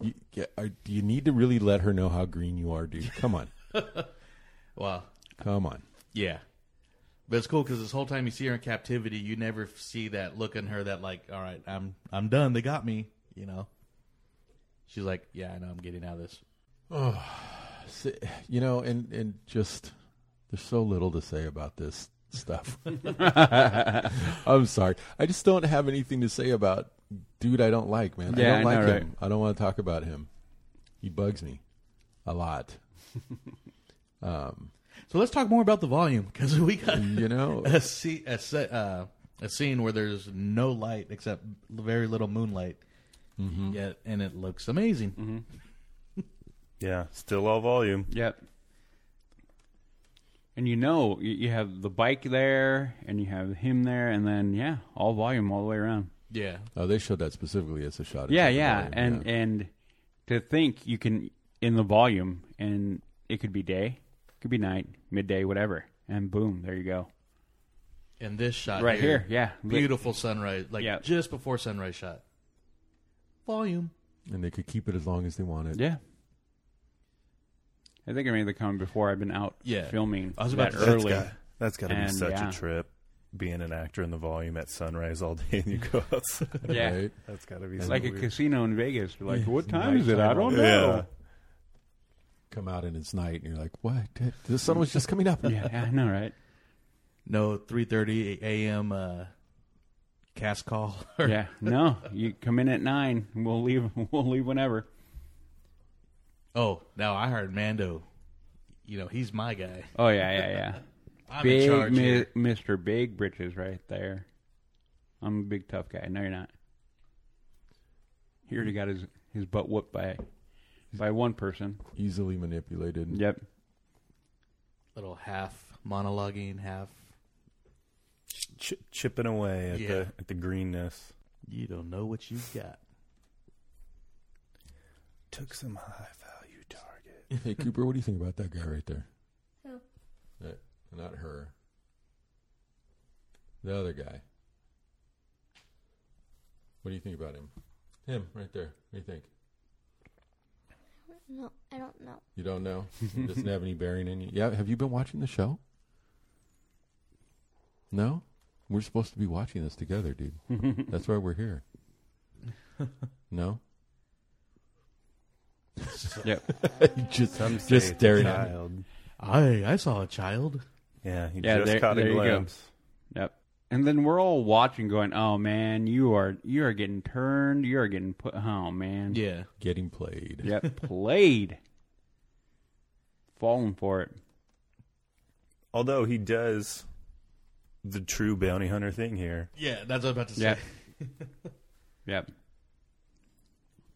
Speaker 2: You, yeah, are, do you need to really let her know how green you are, dude? Come on,
Speaker 4: Wow.
Speaker 2: come on.
Speaker 4: Yeah. But it's cool because this whole time you see her in captivity, you never f- see that look in her that like, all right, I'm I'm done. They got me. You know. She's like, yeah, I know. I'm getting out of this.
Speaker 2: S- You know, and and just there's so little to say about this stuff. I'm sorry, I just don't have anything to say about dude. I don't like man. I
Speaker 3: Yeah, I
Speaker 2: don't like
Speaker 3: know,
Speaker 2: him. I don't want to talk about him. He bugs me a lot. Um,
Speaker 4: So let's talk more about the volume because we got
Speaker 3: Mm-hmm.
Speaker 2: You know,
Speaker 4: a see a se- uh, a scene where there's no light except very little moonlight.
Speaker 2: Mm-hmm.
Speaker 3: Mm-hmm.
Speaker 4: Yet, and it looks amazing.
Speaker 1: Yeah, still all volume.
Speaker 3: Yep. And you know, you, you have the bike there, and you have him there, and then yeah, all volume all the way around.
Speaker 4: Yeah,
Speaker 2: Oh, they showed that specifically as a shot.
Speaker 3: Yeah,
Speaker 2: at the
Speaker 3: yeah.
Speaker 2: volume,
Speaker 3: And and to think you can in the volume, and it could be day, could be night, midday, whatever, and boom, there you go,
Speaker 4: and this shot
Speaker 3: right here. Yeah,
Speaker 4: beautiful sunrise, like
Speaker 3: Yeah.
Speaker 4: just before sunrise shot. Volume.
Speaker 2: and they could keep it as long as they wanted.
Speaker 3: Yeah. I think I made the comment before. I've been out
Speaker 4: Yeah.
Speaker 3: filming
Speaker 4: I was about
Speaker 3: that
Speaker 4: to-
Speaker 1: That's
Speaker 3: early.
Speaker 1: got, that's got to be
Speaker 3: And,
Speaker 1: such
Speaker 3: yeah.
Speaker 1: a trip. Being an actor in the volume at sunrise all day, and you go outside.
Speaker 3: yeah.
Speaker 2: Right?
Speaker 1: That's got to be
Speaker 3: It's
Speaker 1: so
Speaker 3: like
Speaker 1: weird.
Speaker 3: a casino in Vegas. You're like,
Speaker 2: Yeah,
Speaker 3: what
Speaker 2: it's
Speaker 3: time is it? I
Speaker 2: nighttime
Speaker 3: don't
Speaker 2: all-
Speaker 3: know.
Speaker 2: Come out and it's night, and you're like, "What? The sun was just coming up."
Speaker 3: Yeah. I know, right?
Speaker 4: No, three thirty a.m. Uh, cast call.
Speaker 3: Yeah. No, you come in at nine. And we'll leave. We'll leave whenever.
Speaker 4: oh, now I heard Mando. You know he's my guy.
Speaker 3: Oh yeah, yeah, yeah.
Speaker 4: I'm in
Speaker 3: Big
Speaker 4: charge.
Speaker 3: mi-
Speaker 4: here.
Speaker 3: Mr. Big Britches right there. I'm a big tough guy. No, you're not. He already got his, his butt whooped by by one person.
Speaker 2: Easily manipulated.
Speaker 3: Yep.
Speaker 4: Little half monologuing, half.
Speaker 1: Ch- chipping away at
Speaker 4: Yeah.
Speaker 1: the at the greenness.
Speaker 4: You don't know what you got.
Speaker 1: Took some high value target.
Speaker 2: Hey Cooper, what do you think about that guy right there?
Speaker 5: Who?
Speaker 2: That- not her. The other guy. What do you think about him? Him right there. What do you think?
Speaker 5: No, I don't know.
Speaker 2: You don't know. It doesn't have any bearing in you. Yeah. Have you been watching the show? No. We're supposed to be watching this together, dude. That's why we're here. No.
Speaker 3: Yep.
Speaker 2: just
Speaker 1: Some say
Speaker 2: just
Speaker 1: it's a
Speaker 2: staring at me.
Speaker 1: child.
Speaker 4: I I saw a child.
Speaker 1: Yeah, he
Speaker 3: Yeah,
Speaker 1: just
Speaker 3: there-
Speaker 1: caught
Speaker 3: there
Speaker 1: a
Speaker 3: you go.
Speaker 1: glimpse.
Speaker 3: Yep. And then we're all watching going, "Oh man, you are you are getting turned. You are getting put oh man."
Speaker 4: Yeah.
Speaker 2: Getting played.
Speaker 3: Yep. Played. Falling for it.
Speaker 1: Although he does the true bounty hunter thing here.
Speaker 4: Yeah, that's what I'm about to say.
Speaker 3: Yep. yep.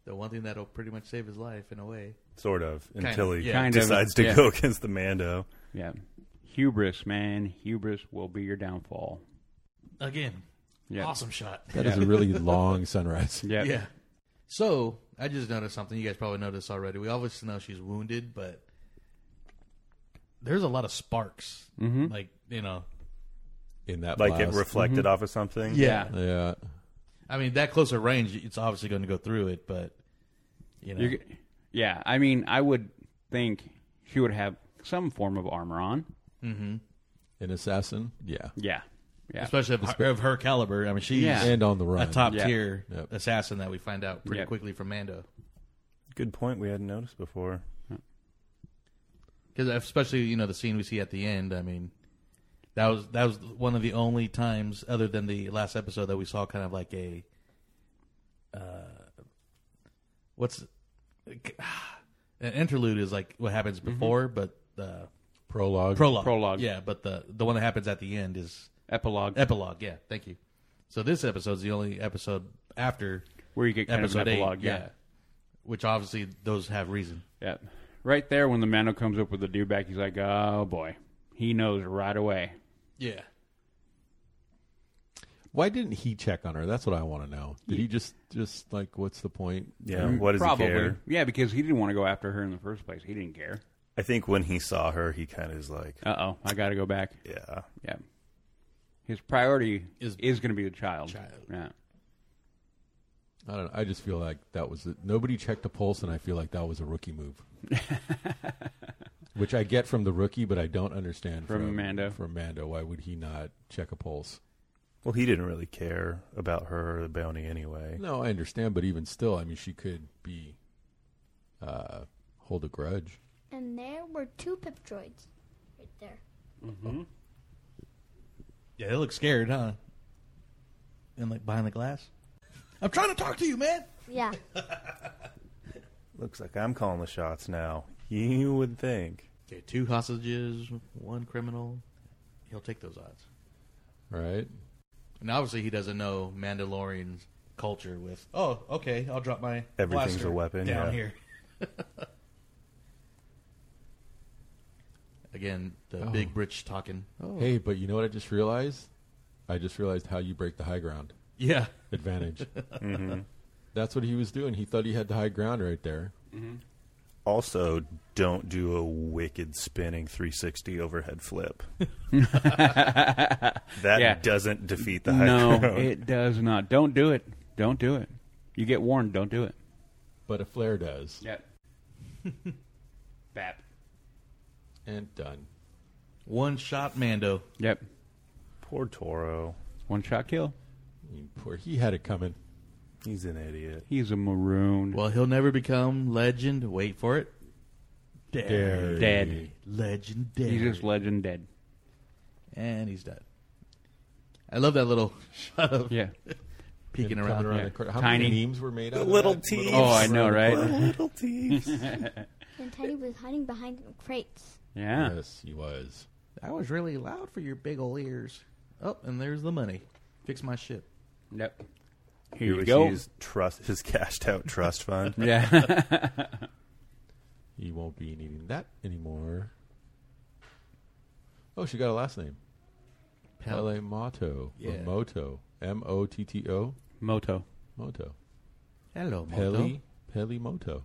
Speaker 4: The one thing that'll pretty much save his life in a way.
Speaker 1: Sort of,
Speaker 4: Kind
Speaker 1: until
Speaker 4: of,
Speaker 1: he
Speaker 4: yeah.
Speaker 3: Kind of,
Speaker 1: decides to
Speaker 3: yeah.
Speaker 1: go against the Mando.
Speaker 3: Yep. Hubris, man. Hubris will be your downfall.
Speaker 4: Again,
Speaker 3: Yeah.
Speaker 4: awesome shot.
Speaker 2: That is a really long sunrise.
Speaker 3: Yeah.
Speaker 4: Yeah. So I just noticed something. You guys probably noticed already. We obviously know she's wounded, but there's a lot of sparks.
Speaker 3: Mm-hmm.
Speaker 4: Like you know,
Speaker 2: In that
Speaker 1: Like it
Speaker 2: blast.
Speaker 1: reflected off of something.
Speaker 4: yeah.
Speaker 2: Yeah.
Speaker 4: I mean, that closer range, it's obviously going to go through it, but you know,
Speaker 3: You, yeah, I mean, I would think she would have some form of armor on.
Speaker 2: An assassin. Yeah.
Speaker 3: Yeah, yeah,
Speaker 4: especially of, her- of her caliber. I mean, she's
Speaker 3: Yeah.
Speaker 2: And on the run.
Speaker 4: a top
Speaker 3: Yeah.
Speaker 4: tier
Speaker 2: Yep.
Speaker 4: assassin that we find out pretty
Speaker 3: Yep.
Speaker 4: quickly from Mando.
Speaker 1: Good point. We hadn't noticed before.
Speaker 4: Because especially you know the scene we see at the end. I mean, that was that was one of the only times other than the last episode that we saw kind of like a uh, what's an interlude is like what happens before, but the
Speaker 2: Prologue.
Speaker 4: prologue,
Speaker 3: Mm-hmm. Prologue.
Speaker 4: yeah. But the the one that happens at the end is
Speaker 3: epilogue
Speaker 4: epilogue. Yeah, thank you. So this episode's the only episode after
Speaker 3: where you get kind
Speaker 4: episode
Speaker 3: of an
Speaker 4: eight.
Speaker 3: epilogue.
Speaker 4: yeah, which obviously those have reason.
Speaker 3: yeah, yeah. Right there, when the Mando comes up with the do back, he's like, "Oh boy," he knows right away.
Speaker 4: Yeah.
Speaker 2: Why didn't he check on her? That's what I want to know. Did he just just like what's the point?
Speaker 1: Yeah. What does
Speaker 3: Probably,
Speaker 1: he care?
Speaker 3: yeah, because he didn't want to go after her in the first place. He didn't care.
Speaker 1: I think when he saw her, he kind of is like,
Speaker 3: Uh oh, I got to go back.
Speaker 1: yeah.
Speaker 3: Yeah, his priority
Speaker 4: Is-
Speaker 3: is is going to be the child.
Speaker 4: Child.
Speaker 3: Yeah,
Speaker 2: I don't know. I just feel like that was it. nobody checked the pulse, and I feel like that was a rookie move, which I get from the rookie, but I don't understand
Speaker 3: From Mando.
Speaker 2: From Mando, why would he not check a pulse?
Speaker 1: Well, he didn't really care about her or the bounty anyway.
Speaker 2: No, I understand, but even still, I mean, she could be uh, hold a grudge.
Speaker 5: And there were two pip droids right there.
Speaker 4: Yeah, they look scared, huh? And like behind the glass. I'm trying to talk to you, man.
Speaker 5: Yeah.
Speaker 1: Looks like I'm calling the shots now. You would think.
Speaker 4: Okay, two hostages, one criminal. He'll take those odds.
Speaker 2: Right?
Speaker 4: And obviously, he doesn't know Mandalorian culture. With oh, okay, I'll drop my
Speaker 1: Everything's
Speaker 4: blaster
Speaker 1: a weapon,
Speaker 4: down
Speaker 1: yeah.
Speaker 4: here. Again, the
Speaker 2: Oh.
Speaker 4: big bridge talking.
Speaker 2: Hey, but you know what? I just realized. I just realized how you break the high ground
Speaker 4: Yeah,
Speaker 2: advantage.
Speaker 1: Mhm.
Speaker 2: That's what he was doing. He thought he had the high ground right there.
Speaker 1: Also, don't do a wicked spinning 360 overhead flip. that
Speaker 3: Yeah.
Speaker 1: doesn't defeat the high
Speaker 3: no,
Speaker 1: ground.
Speaker 3: it does not. Don't do it. Don't do it. You get warned. Don't do it.
Speaker 2: But a flare does.
Speaker 3: Yep. Bap.
Speaker 2: And done.
Speaker 4: one shot Mando.
Speaker 3: Yep.
Speaker 1: Poor Toro.
Speaker 3: One shot kill.
Speaker 2: I mean, poor, he had it coming.
Speaker 1: He's an idiot.
Speaker 3: He's a maroon.
Speaker 4: Well, he'll never become legend. Wait for it.
Speaker 2: Dare.
Speaker 3: Dead.
Speaker 4: Legendary.
Speaker 3: He's just legend dead.
Speaker 4: and he's dead. I love that little shot of
Speaker 3: Yeah.
Speaker 4: peeking
Speaker 2: Coming
Speaker 4: around.
Speaker 2: around
Speaker 3: yeah.
Speaker 2: the cor- How
Speaker 3: Tiny.
Speaker 2: many memes were made out of
Speaker 1: little
Speaker 2: that?
Speaker 1: teeth.
Speaker 3: Oh, I know, right?
Speaker 1: Little teeth.
Speaker 5: And Teddy was hiding behind crates.
Speaker 3: Yeah.
Speaker 2: Yes, he was.
Speaker 4: That was really loud for your big ol' ears. Oh, and there's the money. Fix my ship.
Speaker 3: Yep.
Speaker 1: Here
Speaker 3: we
Speaker 1: we
Speaker 3: go.
Speaker 1: go. His trust, his cashed out trust fund.
Speaker 3: Yeah.
Speaker 2: He won't be needing that anymore. Oh, she got a last name.
Speaker 4: Pal-
Speaker 2: Pele Moto.
Speaker 4: Yeah.
Speaker 2: Or Moto. M O T T O.
Speaker 3: Moto.
Speaker 2: Moto.
Speaker 4: Hello, Moto.
Speaker 2: Pele. Pele Moto.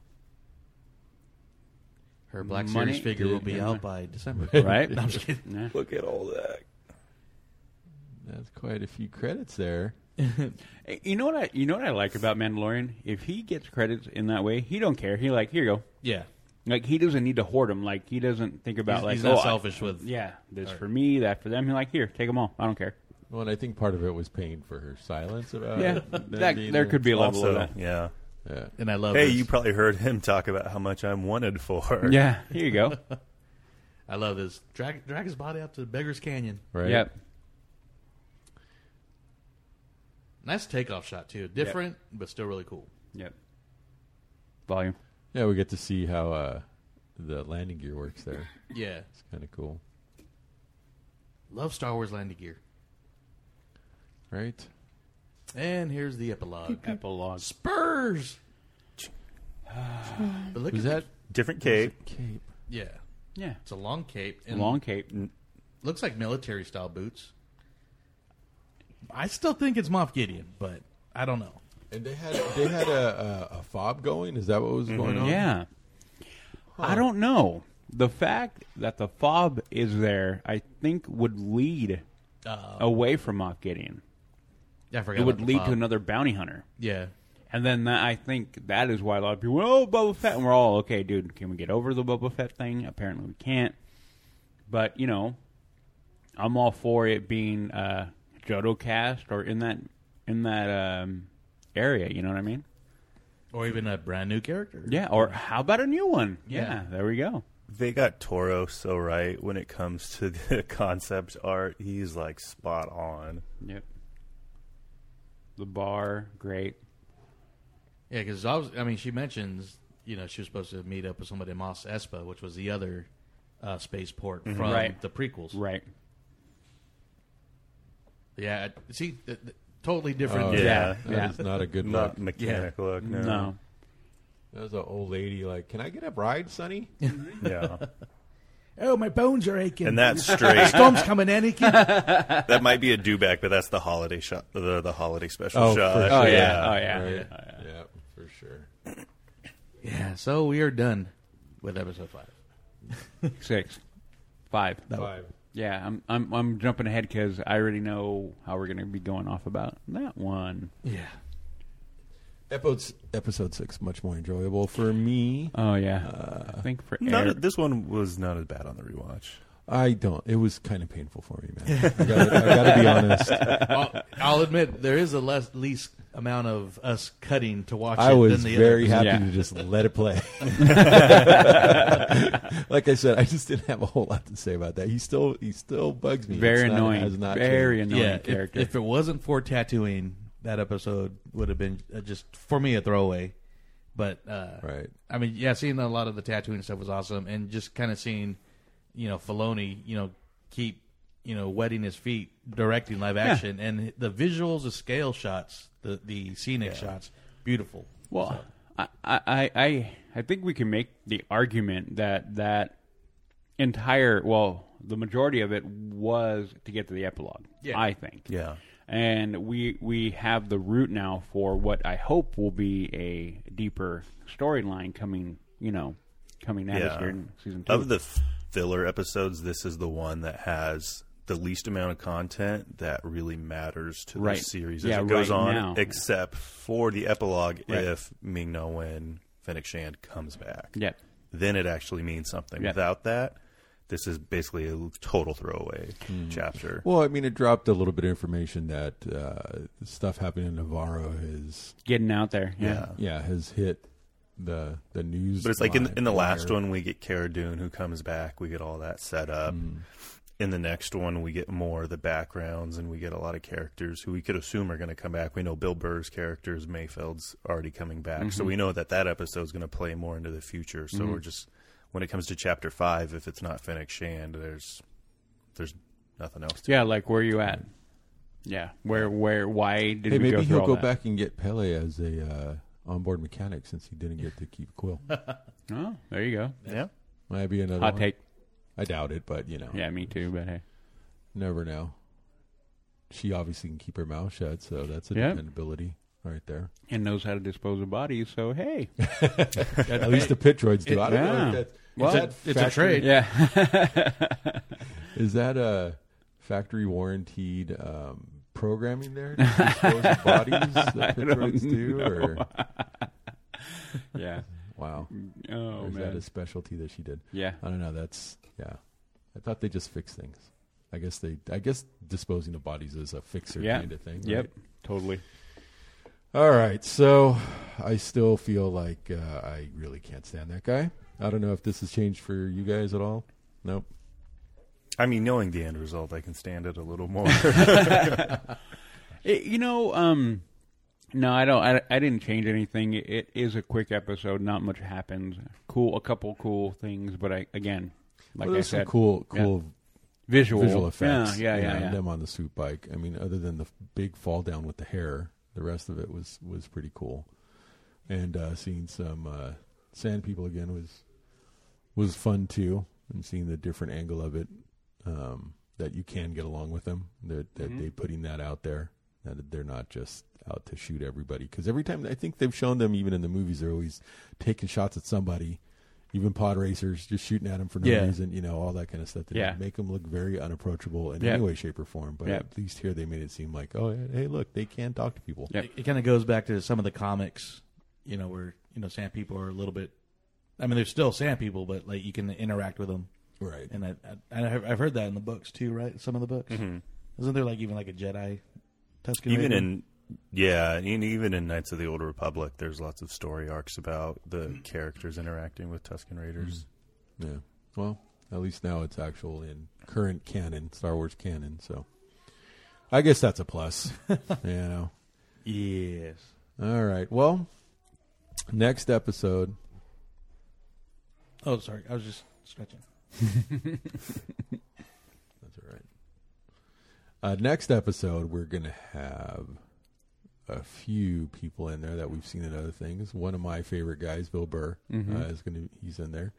Speaker 4: Her Black
Speaker 3: Money.
Speaker 4: Series figure will be
Speaker 3: Yeah.
Speaker 4: out by December.
Speaker 3: Right?
Speaker 4: No, I'm just kidding.
Speaker 3: Yeah.
Speaker 1: Look at all that.
Speaker 2: That's quite a few credits there.
Speaker 3: Hey, You know what I you know what I like about Mandalorian? If he gets credits in that way, he don't care. He like, here you go.
Speaker 4: Yeah.
Speaker 3: Like he doesn't need to hoard them. Like he doesn't think about
Speaker 4: He's-
Speaker 3: like
Speaker 4: he's
Speaker 3: oh,
Speaker 4: not
Speaker 3: I-
Speaker 4: selfish with-
Speaker 3: yeah this
Speaker 4: Alright.
Speaker 3: for me that for them. He like here take them all. I don't care.
Speaker 2: Well, and I think part of it was paying for her silence about
Speaker 3: yeah,
Speaker 2: it.
Speaker 3: that,
Speaker 2: being
Speaker 3: there could be a level
Speaker 1: Also,
Speaker 3: of that.
Speaker 1: yeah.
Speaker 2: Yeah.
Speaker 4: And I love
Speaker 1: Hey,
Speaker 4: this.
Speaker 1: you probably heard him talk about how much I'm wanted for.
Speaker 3: Yeah, here you go.
Speaker 4: I love this. Drag, drag his body out to Beggar's Canyon.
Speaker 2: Right?
Speaker 3: Yep.
Speaker 4: Nice takeoff shot, too. Different, but still really cool.
Speaker 3: Yep. Volume.
Speaker 2: Yeah, we get to see how uh, the landing gear works there.
Speaker 4: Yeah.
Speaker 2: It's kind of cool,
Speaker 4: Love Star Wars landing gear.
Speaker 2: right?
Speaker 4: And here's the epilogue.
Speaker 3: Epilogue.
Speaker 4: Spurs. but look
Speaker 2: Was that
Speaker 4: at
Speaker 1: Different cape.
Speaker 2: cape?
Speaker 4: the- yeah,
Speaker 3: Yeah.
Speaker 4: it's a long cape and
Speaker 3: Long cape.
Speaker 4: looks like military style boots. I still think it's Moff Gideon, but I don't know.
Speaker 2: And they had they had a, a, a fob going. Is that what was going on?
Speaker 3: Mm-hmm. Yeah. I don't know. The fact that the fob is there, I think, would lead
Speaker 4: Uh,
Speaker 3: away from Moff Gideon.
Speaker 4: I forgot.
Speaker 3: It would
Speaker 4: about the
Speaker 3: lead
Speaker 4: Bob.
Speaker 3: to another bounty hunter.
Speaker 4: Yeah.
Speaker 3: And then that, I think that is why a lot of people, oh, Boba Fett. And we're all, okay, dude, can we get over the Boba Fett thing? Apparently we can't. But, you know, I'm all for it being uh, Jodocast or in that in that um, area, you know what I mean?
Speaker 4: Or even a brand new character.
Speaker 3: Yeah, or how about a new one? Yeah,
Speaker 4: Yeah.
Speaker 3: there we go.
Speaker 1: They got Toro so right when it comes to the concept art. He's like spot on.
Speaker 3: Yep. The bar, great.
Speaker 4: Yeah, because I was. I mean, she mentions you know she was supposed to meet up with somebody in Mos Espa, which was the other uh, spaceport from
Speaker 3: Mm-hmm. Right.
Speaker 4: the prequels.
Speaker 3: Right.
Speaker 4: Yeah. See, th- th- totally different.
Speaker 2: Oh,
Speaker 1: Yeah.
Speaker 2: That
Speaker 3: Yeah.
Speaker 2: is not a good
Speaker 1: Not
Speaker 2: look.
Speaker 1: mechanic look. No.
Speaker 3: No.
Speaker 2: That was an old lady. Like, can I get a bride, Sonny?
Speaker 1: Yeah.
Speaker 4: Oh, my bones are aching.
Speaker 1: And that's straight.
Speaker 4: Storm's coming any.
Speaker 1: that might be a do back, but that's the holiday shot, the, the holiday special
Speaker 2: Oh,
Speaker 1: shot.
Speaker 2: for
Speaker 3: Oh,
Speaker 2: sure.
Speaker 3: yeah.
Speaker 1: Yeah.
Speaker 3: Oh, yeah.
Speaker 2: Right? Yeah, for sure.
Speaker 4: yeah. So we are done with episode five.
Speaker 3: Six. Five.
Speaker 2: Five.
Speaker 3: Yeah, I'm I'm I'm jumping ahead because I already know how we're gonna be going off about that one.
Speaker 4: Yeah.
Speaker 2: Episode episode six much more enjoyable for me.
Speaker 3: Oh yeah, I think for
Speaker 1: Not
Speaker 3: air,
Speaker 1: a- this one was not as bad on the rewatch.
Speaker 2: I don't. It was kind of painful for me, man. I gotta, I gotta be honest.
Speaker 4: I'll, I'll admit there is the less, least amount of us cutting to watch.
Speaker 2: I
Speaker 4: it
Speaker 2: was
Speaker 4: than the
Speaker 2: very
Speaker 4: other.
Speaker 2: happy
Speaker 3: Yeah.
Speaker 2: to just let it play. like I said, I just didn't have a whole lot to say about that. He still he still bugs me.
Speaker 3: very
Speaker 2: It's not-
Speaker 3: annoying,
Speaker 2: has not
Speaker 3: very
Speaker 2: changed.
Speaker 3: annoying
Speaker 4: yeah. if-
Speaker 3: character.
Speaker 4: If, it wasn't for tattooing, that episode would have been uh, just for me a throwaway. But uh,
Speaker 2: Right.
Speaker 4: I mean, yeah, seeing a lot of the tattooing stuff was awesome, and just kind of seeing, you know, Filoni, you know, keep, you know, wetting his feet directing live action, and the visuals, the scale shots, the the scenic shots, beautiful.
Speaker 3: well, I, I I I think we can make the argument that that entire well, the majority of it was to get to the epilogue.
Speaker 4: Yeah.
Speaker 3: I think.
Speaker 1: Yeah.
Speaker 3: and we we have the route now for what I hope will be a deeper storyline coming. You know, coming at us
Speaker 1: Yeah.
Speaker 3: here in season two.
Speaker 1: Of the f- filler episodes, this is the one that has the least amount of content that really matters to
Speaker 3: Right.
Speaker 1: the series
Speaker 3: Yeah,
Speaker 1: as it goes
Speaker 3: right
Speaker 1: on,
Speaker 3: now.
Speaker 1: except for the epilogue
Speaker 3: Right.
Speaker 1: if Ming No Wen, Fennec Shand comes back.
Speaker 3: yeah.
Speaker 1: Then it actually means something.
Speaker 3: Yeah.
Speaker 1: Without that, this is basically a total throwaway chapter.
Speaker 2: Well, I mean, it dropped a little bit of information that uh, stuff happening in Navarro has
Speaker 3: Getting out there, yeah.
Speaker 1: yeah.
Speaker 2: yeah has hit the the news.
Speaker 1: But it's like in, in the last
Speaker 2: one.
Speaker 1: one, we get Cara Dune who comes back. We get all that set up.
Speaker 3: Hmm.
Speaker 1: In the next one, we get more of the backgrounds and we get a lot of characters who we could assume are going to come back. We know Bill Burr's characters, Mayfield's already coming back.
Speaker 3: Mm-hmm.
Speaker 1: So we know that that episode's going to play more into the future. So we're just, when it comes to chapter five, if it's not Fennec Shand, there's there's nothing else to
Speaker 3: Yeah, like where you at? Yeah, where where why did
Speaker 2: Hey,
Speaker 3: we
Speaker 2: maybe
Speaker 3: go through
Speaker 2: he'll
Speaker 3: all
Speaker 2: go
Speaker 3: that?
Speaker 2: back and get Pele as a uh, onboard mechanic since he didn't get to keep Quill.
Speaker 3: Oh, there you go.
Speaker 1: Yeah.
Speaker 2: Might be another
Speaker 3: Hot
Speaker 2: one.
Speaker 3: take.
Speaker 2: I doubt it, but you know,
Speaker 3: Yeah, me too. But hey,
Speaker 2: never know. She obviously can keep her mouth shut, so that's a
Speaker 3: Yeah.
Speaker 2: dependability right there.
Speaker 3: and knows how to dispose of bodies. So hey,
Speaker 2: At least the pit droids do.
Speaker 4: It-
Speaker 2: I don't know
Speaker 3: yeah.
Speaker 2: if that's,
Speaker 3: Well,
Speaker 2: is that
Speaker 4: it's a trade.
Speaker 3: yeah,
Speaker 2: Is that a factory warranted um, programming there? to dispose of bodies that pit
Speaker 3: don't
Speaker 2: droids do, or
Speaker 3: yeah.
Speaker 2: wow,
Speaker 3: Oh
Speaker 2: or is that
Speaker 3: man,
Speaker 2: a specialty that she did?
Speaker 3: yeah.
Speaker 2: I don't know. That's yeah. I thought they just fix things. I guess they. I guess disposing of bodies is a fixer
Speaker 3: Yeah.
Speaker 2: kind of thing. right?
Speaker 3: Yep, totally.
Speaker 2: All right. So I still feel like uh, I really can't stand that guy. I don't know if this has changed for you guys at all. Nope.
Speaker 1: I mean, knowing the end result, I can stand it a little more.
Speaker 3: It- Eh, you know, um, no, I don't. I, I didn't change anything. It is a quick episode. Not much happens. Cool, a couple cool things, but I again, like
Speaker 2: Well,
Speaker 3: I
Speaker 2: there's some
Speaker 3: said,
Speaker 2: cool,
Speaker 3: yeah.
Speaker 2: cool
Speaker 3: visual
Speaker 2: visual effects.
Speaker 3: Yeah, yeah,
Speaker 2: you know,
Speaker 3: yeah. yeah.
Speaker 2: Them on the suit bike. I mean, other than the f- big fall down with the hair, the rest of it was was pretty cool. And uh, seeing some uh, sand people again was was fun too, and seeing the different angle of it. Um, that you can get along with them. That
Speaker 3: Mm-hmm.
Speaker 2: that they putting that out there. That they're not just out to shoot everybody. Because every time I think they've shown them, even in the movies, they're always taking shots at somebody. Even pod racers just shooting at them for no
Speaker 3: Yeah.
Speaker 2: reason, you know, all that kind of stuff. They
Speaker 3: Yeah.
Speaker 2: make them look very unapproachable in
Speaker 3: Yeah.
Speaker 2: any way, shape, or form. But
Speaker 3: Yeah.
Speaker 2: at least here they made it seem like, oh, hey, look, they can talk to people.
Speaker 3: Yeah.
Speaker 4: It, kind of goes back to some of the comics, you know, where you know sand people are a little bit. I mean, they're still sand people, but like you can interact with them,
Speaker 2: Right.
Speaker 4: and I, I I've- I've heard that in the books too, right? Some of the books, isn't there like even like a Jedi Tusken
Speaker 1: even
Speaker 4: Raven?
Speaker 1: in yeah, and even in Knights of the Old Republic, there's lots of story arcs about the characters interacting with Tusken Raiders.
Speaker 2: Yeah. Well, at least now it's actual in current canon, Star Wars canon. So I guess that's a plus. you know.
Speaker 4: yes,
Speaker 2: All right. Well, next episode.
Speaker 4: oh sorry, I was just stretching.
Speaker 2: That's all right. Uh, next episode, we're going to have a few people in there that we've seen in other things. One of my favorite guys, Bill Burr,
Speaker 3: Mm-hmm.
Speaker 2: uh, is going to. He's in there.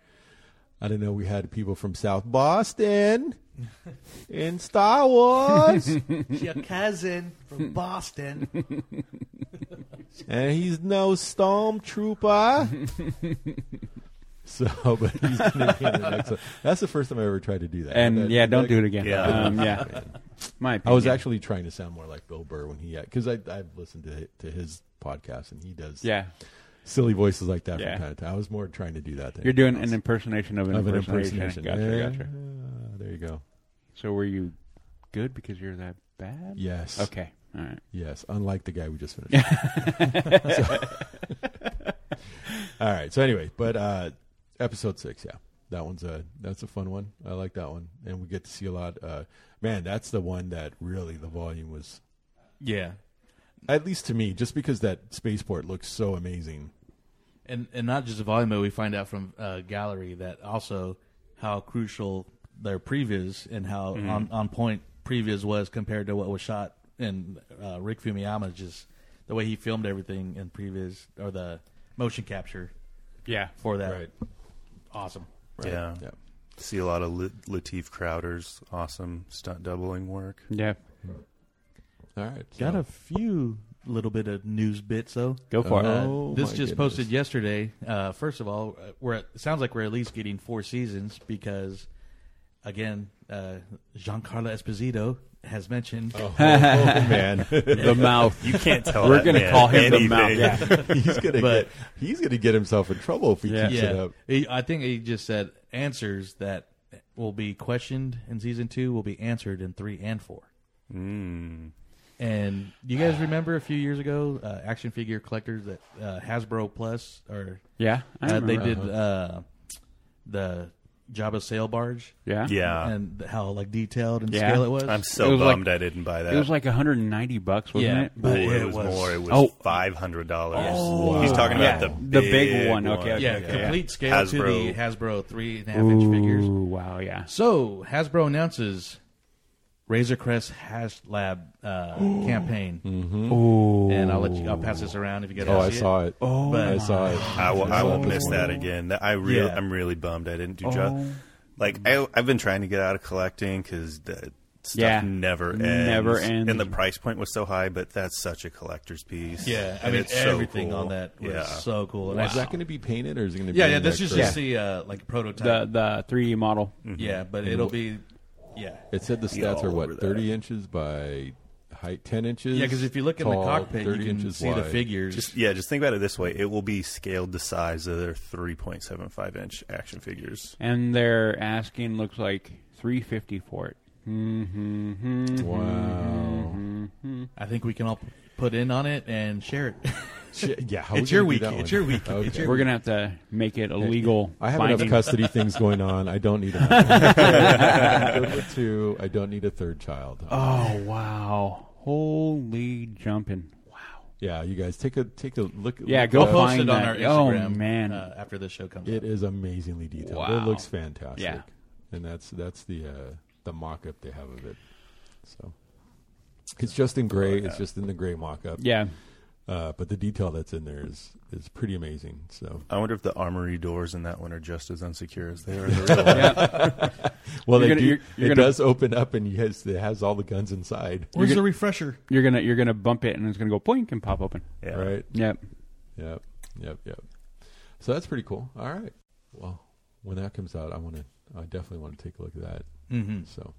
Speaker 2: I don't know. We had people from South Boston in Star Wars.
Speaker 4: Your cousin from Boston.
Speaker 2: and he's no stormtrooper. so, but he's gonna be in the next one. That's the first time I ever tried to do that.
Speaker 3: And
Speaker 2: That-
Speaker 3: yeah, don't
Speaker 2: that-
Speaker 3: do it again.
Speaker 1: Yeah.
Speaker 3: um, yeah. My
Speaker 2: I was
Speaker 3: opinion.
Speaker 2: actually trying to sound more like Bill Burr when he, because I I've listened to hi- to his podcast and he does
Speaker 3: yeah.
Speaker 2: silly voices like that
Speaker 3: Yeah.
Speaker 2: from time to time. I was more trying to do that. Than
Speaker 3: You're doing
Speaker 2: anything
Speaker 3: an impersonation of an,
Speaker 2: else. of an
Speaker 3: impersonation.
Speaker 2: impersonation.
Speaker 3: Gotcha,
Speaker 2: Yeah.
Speaker 3: gotcha.
Speaker 2: There you go.
Speaker 3: So were you good because you're that bad?
Speaker 2: Yes.
Speaker 3: Okay. All right.
Speaker 2: Yes, unlike the guy we just finished. So- all right. So anyway, but uh episode six, yeah, that one's a that's a fun one. I like that one, and we get to see a lot. Uh Man, that's the one that really the volume was,
Speaker 4: Yeah,
Speaker 2: at least to me, just because that spaceport looks so amazing.
Speaker 4: and and not just the volume, but we find out from uh, gallery that also how crucial their previs and how on, on point previs was compared to what was shot in uh, Rick Fumiyama. Just the way he filmed everything in previs or the motion capture
Speaker 3: Yeah.
Speaker 4: for that.
Speaker 2: Right.
Speaker 4: Awesome.
Speaker 1: Yeah.
Speaker 2: Yeah.
Speaker 1: See a lot of Lit- Latif Crowder's awesome stunt doubling work.
Speaker 3: Yeah.
Speaker 2: All right. so-
Speaker 4: Got a few little bit of news bits though.
Speaker 3: Go for it.
Speaker 2: Oh.
Speaker 4: Uh, this
Speaker 2: my
Speaker 4: just
Speaker 2: goodness.
Speaker 4: posted yesterday. Uh, first of all, uh, we're at, it sounds like we're at least getting four seasons because, again, uh, Giancarlo Esposito has mentioned
Speaker 2: Oh, oh, man,
Speaker 3: The mouth.
Speaker 1: You can't tell.
Speaker 3: We're
Speaker 1: that
Speaker 3: gonna
Speaker 1: man
Speaker 3: call him the mouth.
Speaker 1: anything.
Speaker 3: Yeah.
Speaker 2: he's gonna
Speaker 4: But-
Speaker 2: get, he's gonna get himself in trouble if he
Speaker 3: Yeah.
Speaker 2: keeps it
Speaker 4: yeah,
Speaker 2: up.
Speaker 4: he, I think he just said answers that will be questioned in season two will be answered in three and four.
Speaker 2: Hmm.
Speaker 1: Mm.
Speaker 4: And you guys remember a few years ago, uh, action figure collectors that uh, Hasbro Plus or
Speaker 3: Yeah. I
Speaker 4: uh, they
Speaker 3: remember.
Speaker 4: did uh, the Jabba sail barge
Speaker 3: Yeah.
Speaker 1: Yeah.
Speaker 4: and how like detailed and
Speaker 3: Yeah.
Speaker 4: scale it was.
Speaker 1: I'm
Speaker 3: It
Speaker 1: so
Speaker 3: was like-
Speaker 1: bummed I didn't buy that.
Speaker 3: It was like 190 bucks, wasn't
Speaker 4: Yeah.
Speaker 3: it?
Speaker 1: Ooh,
Speaker 4: but
Speaker 1: it,
Speaker 4: it
Speaker 1: was,
Speaker 4: was-
Speaker 1: more. It was
Speaker 3: Oh.
Speaker 1: five hundred dollars.
Speaker 3: Oh.
Speaker 1: He's talking about the
Speaker 3: Yeah.
Speaker 1: big
Speaker 3: The big one. Okay, okay.
Speaker 4: yeah,
Speaker 3: okay,
Speaker 4: complete scale to the
Speaker 1: Hasbro.
Speaker 4: Hasbro three and a half inch figures.
Speaker 3: Ooh, wow, yeah.
Speaker 4: So Hasbro announces Razor Crest Hash Lab uh, campaign,
Speaker 3: Ooh.
Speaker 4: and I'll let you. I'll pass this around if you guys.
Speaker 2: Oh,
Speaker 4: wanna
Speaker 2: I
Speaker 4: see
Speaker 2: saw it.
Speaker 3: Oh,
Speaker 2: I
Speaker 4: my.
Speaker 2: saw it.
Speaker 1: I will, I will miss
Speaker 2: Oh.
Speaker 1: that again. That- I really,
Speaker 4: Yeah. Oh.
Speaker 1: I'm really bummed I didn't do job. Like I, I've been trying to get out of collecting because the stuff
Speaker 3: Yeah.
Speaker 1: never ends.
Speaker 3: Never ends.
Speaker 1: And the price point was so high, but that's such a collector's piece.
Speaker 4: Yeah, I
Speaker 1: And
Speaker 4: mean
Speaker 1: it's so
Speaker 4: everything
Speaker 1: cool.
Speaker 4: on that was
Speaker 1: yeah.
Speaker 4: so cool. And I
Speaker 2: Is
Speaker 4: saw-
Speaker 2: that going to be painted or is it going to be?
Speaker 4: yeah, yeah.
Speaker 2: in
Speaker 4: This
Speaker 2: that
Speaker 4: is
Speaker 2: crate?
Speaker 4: just the uh, like
Speaker 3: The
Speaker 4: prototype.
Speaker 3: the 3D model.
Speaker 4: yeah, but it'll be yeah.
Speaker 2: It said the
Speaker 1: Yeah,
Speaker 2: stats
Speaker 1: all
Speaker 2: are
Speaker 1: over
Speaker 2: what
Speaker 1: that.
Speaker 2: thirty inches by height, ten inches.
Speaker 4: Yeah, because if you look in the
Speaker 2: tall,
Speaker 4: cockpit, you
Speaker 2: 30
Speaker 4: can
Speaker 2: inches
Speaker 4: see the
Speaker 2: wide.
Speaker 4: figures.
Speaker 1: Just yeah, just think about it this way: it will be scaled the size of their 3.75 inch action figures.
Speaker 3: And they're asking, looks like 350 for it. Mm-hmm.
Speaker 2: Wow.
Speaker 4: Mm-hmm. I think we can all p- put in on it and share it.
Speaker 2: Shit, yeah, how
Speaker 4: It's
Speaker 2: we gonna
Speaker 4: your
Speaker 2: do
Speaker 4: week.
Speaker 2: that
Speaker 4: It's
Speaker 2: one?
Speaker 4: your week. It's
Speaker 2: Okay.
Speaker 3: We're going to have to make it a legal
Speaker 2: I have
Speaker 3: binding.
Speaker 2: enough custody things going on. I don't need another one. Good with two. I don't need a third child.
Speaker 3: Oh, wow. Holy jumping. Wow.
Speaker 2: Yeah, you guys take a take a look.
Speaker 3: Yeah,
Speaker 2: look it
Speaker 3: go
Speaker 4: We'll
Speaker 2: up.
Speaker 4: post
Speaker 3: find
Speaker 4: it on
Speaker 3: that.
Speaker 4: our
Speaker 3: Oh,
Speaker 4: Instagram
Speaker 3: man.
Speaker 4: Uh, after this show comes.
Speaker 2: It
Speaker 4: out.
Speaker 2: is amazingly detailed.
Speaker 3: Wow.
Speaker 2: It looks fantastic.
Speaker 3: Yeah.
Speaker 2: and that's that's the uh, the mock up they have of it. So it's just in gray. It's just in the gray mock up.
Speaker 3: yeah.
Speaker 2: Uh, but the detail that's in there is is pretty amazing. So
Speaker 1: I wonder if the armory doors in that one are just as unsecure as they are. in the real one.
Speaker 2: Well,
Speaker 3: You're
Speaker 2: they
Speaker 3: gonna-
Speaker 2: do.
Speaker 3: you're- you're
Speaker 2: it
Speaker 3: gonna-
Speaker 2: does open up, and yes, it has all the guns inside.
Speaker 3: You're
Speaker 4: Where's
Speaker 3: gonna-
Speaker 4: the refresher?
Speaker 3: You're gonna you're gonna bump it and it's gonna go boink and pop open.
Speaker 1: Yeah.
Speaker 2: Right.
Speaker 3: Yep.
Speaker 2: Yep. Yep. Yep. So that's pretty cool. All right. Well, when that comes out, I want to. I definitely want to take a look at that.
Speaker 4: Mm-hmm.
Speaker 2: So.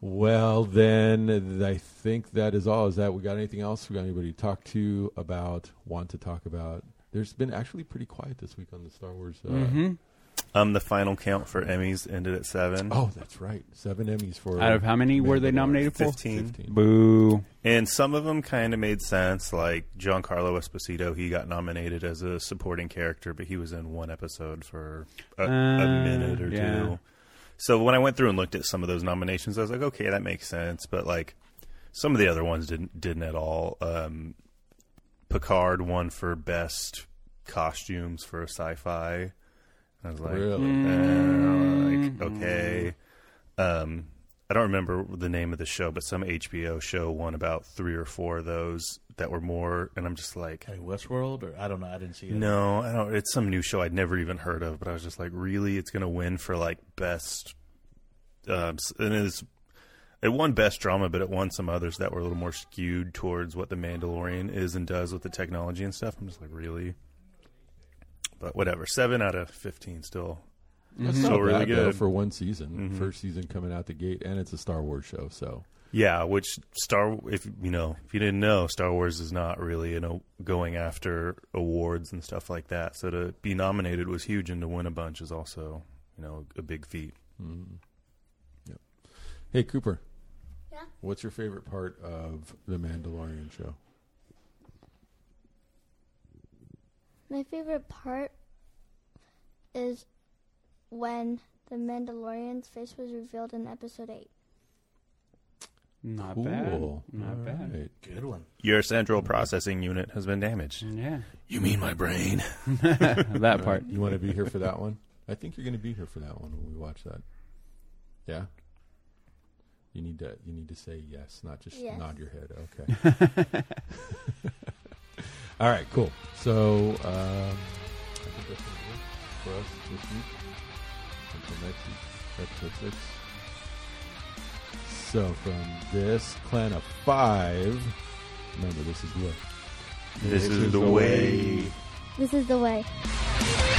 Speaker 2: Well, then I think that is all. Is that we got anything else? We got anybody to talk to about? Want to talk about? There's been actually pretty quiet this week on the Star Wars. Uh,
Speaker 3: hmm
Speaker 1: Um, the final count for Emmys ended at seven.
Speaker 2: Oh, that's right. Seven Emmys for
Speaker 3: Out of how many were they nominated for?
Speaker 1: 15.
Speaker 2: 15.
Speaker 3: Boo.
Speaker 1: And some of them kind of made sense, like Giancarlo Esposito. He got nominated as a supporting character, but he was in one episode for a, a
Speaker 3: Uh,
Speaker 1: minute or
Speaker 3: yeah.
Speaker 1: two. So when I went through and looked at some of those nominations, I was like, okay, that makes sense. But like some of the other ones didn't didn't at all. Um, Picard won for best costumes for sci-fi. I was like,
Speaker 2: Really?
Speaker 3: Mm.
Speaker 1: uh, like okay. Um, I don't remember the name of the show, but some HBO show won about three or four of those that were more, and I'm just like,
Speaker 4: Like Westworld, or I don't know. I didn't see it.
Speaker 1: no, I don't. It's some new show I'd never even heard of, but I was just like, really, it's gonna win for like best. Um, s- and it's it won best drama, but it won some others that were a little more skewed towards what the Mandalorian is and does with the technology and stuff. I'm just like, really. But whatever, seven out of fifteen still.
Speaker 3: Mm-hmm.
Speaker 2: That's
Speaker 1: So
Speaker 2: not
Speaker 1: really
Speaker 2: bad, though,
Speaker 1: good. Mm-hmm.
Speaker 2: for one season. First season coming out the gate, and it's a Star Wars show, so
Speaker 1: Yeah, which Star if you know if you didn't know, Star Wars is not really you know going after awards and stuff like that. So to be nominated was huge, and to win a bunch is also you know a big feat.
Speaker 2: mm-hmm. Hey, Cooper.
Speaker 5: Yeah?
Speaker 2: What's your favorite part of the Mandalorian show?
Speaker 5: My favorite part is when the Mandalorian's face was revealed in episode 8.
Speaker 3: Not
Speaker 2: cool.
Speaker 3: bad.
Speaker 2: All
Speaker 3: Not bad.
Speaker 2: right.
Speaker 4: Good one.
Speaker 1: Your central processing unit has been damaged.
Speaker 3: Yeah.
Speaker 1: You mean my brain?
Speaker 3: that part.
Speaker 2: You want to be here for that one? I think you're going to be here for that one when we watch that. Yeah. You need to you need to say yes, not just
Speaker 5: Yes.
Speaker 2: nod your head. Okay. All right, cool. So um, I think that's it for us this week. Until next week, episode six. So from this clan of five, remember this is what
Speaker 1: this is the way.
Speaker 5: This is the way.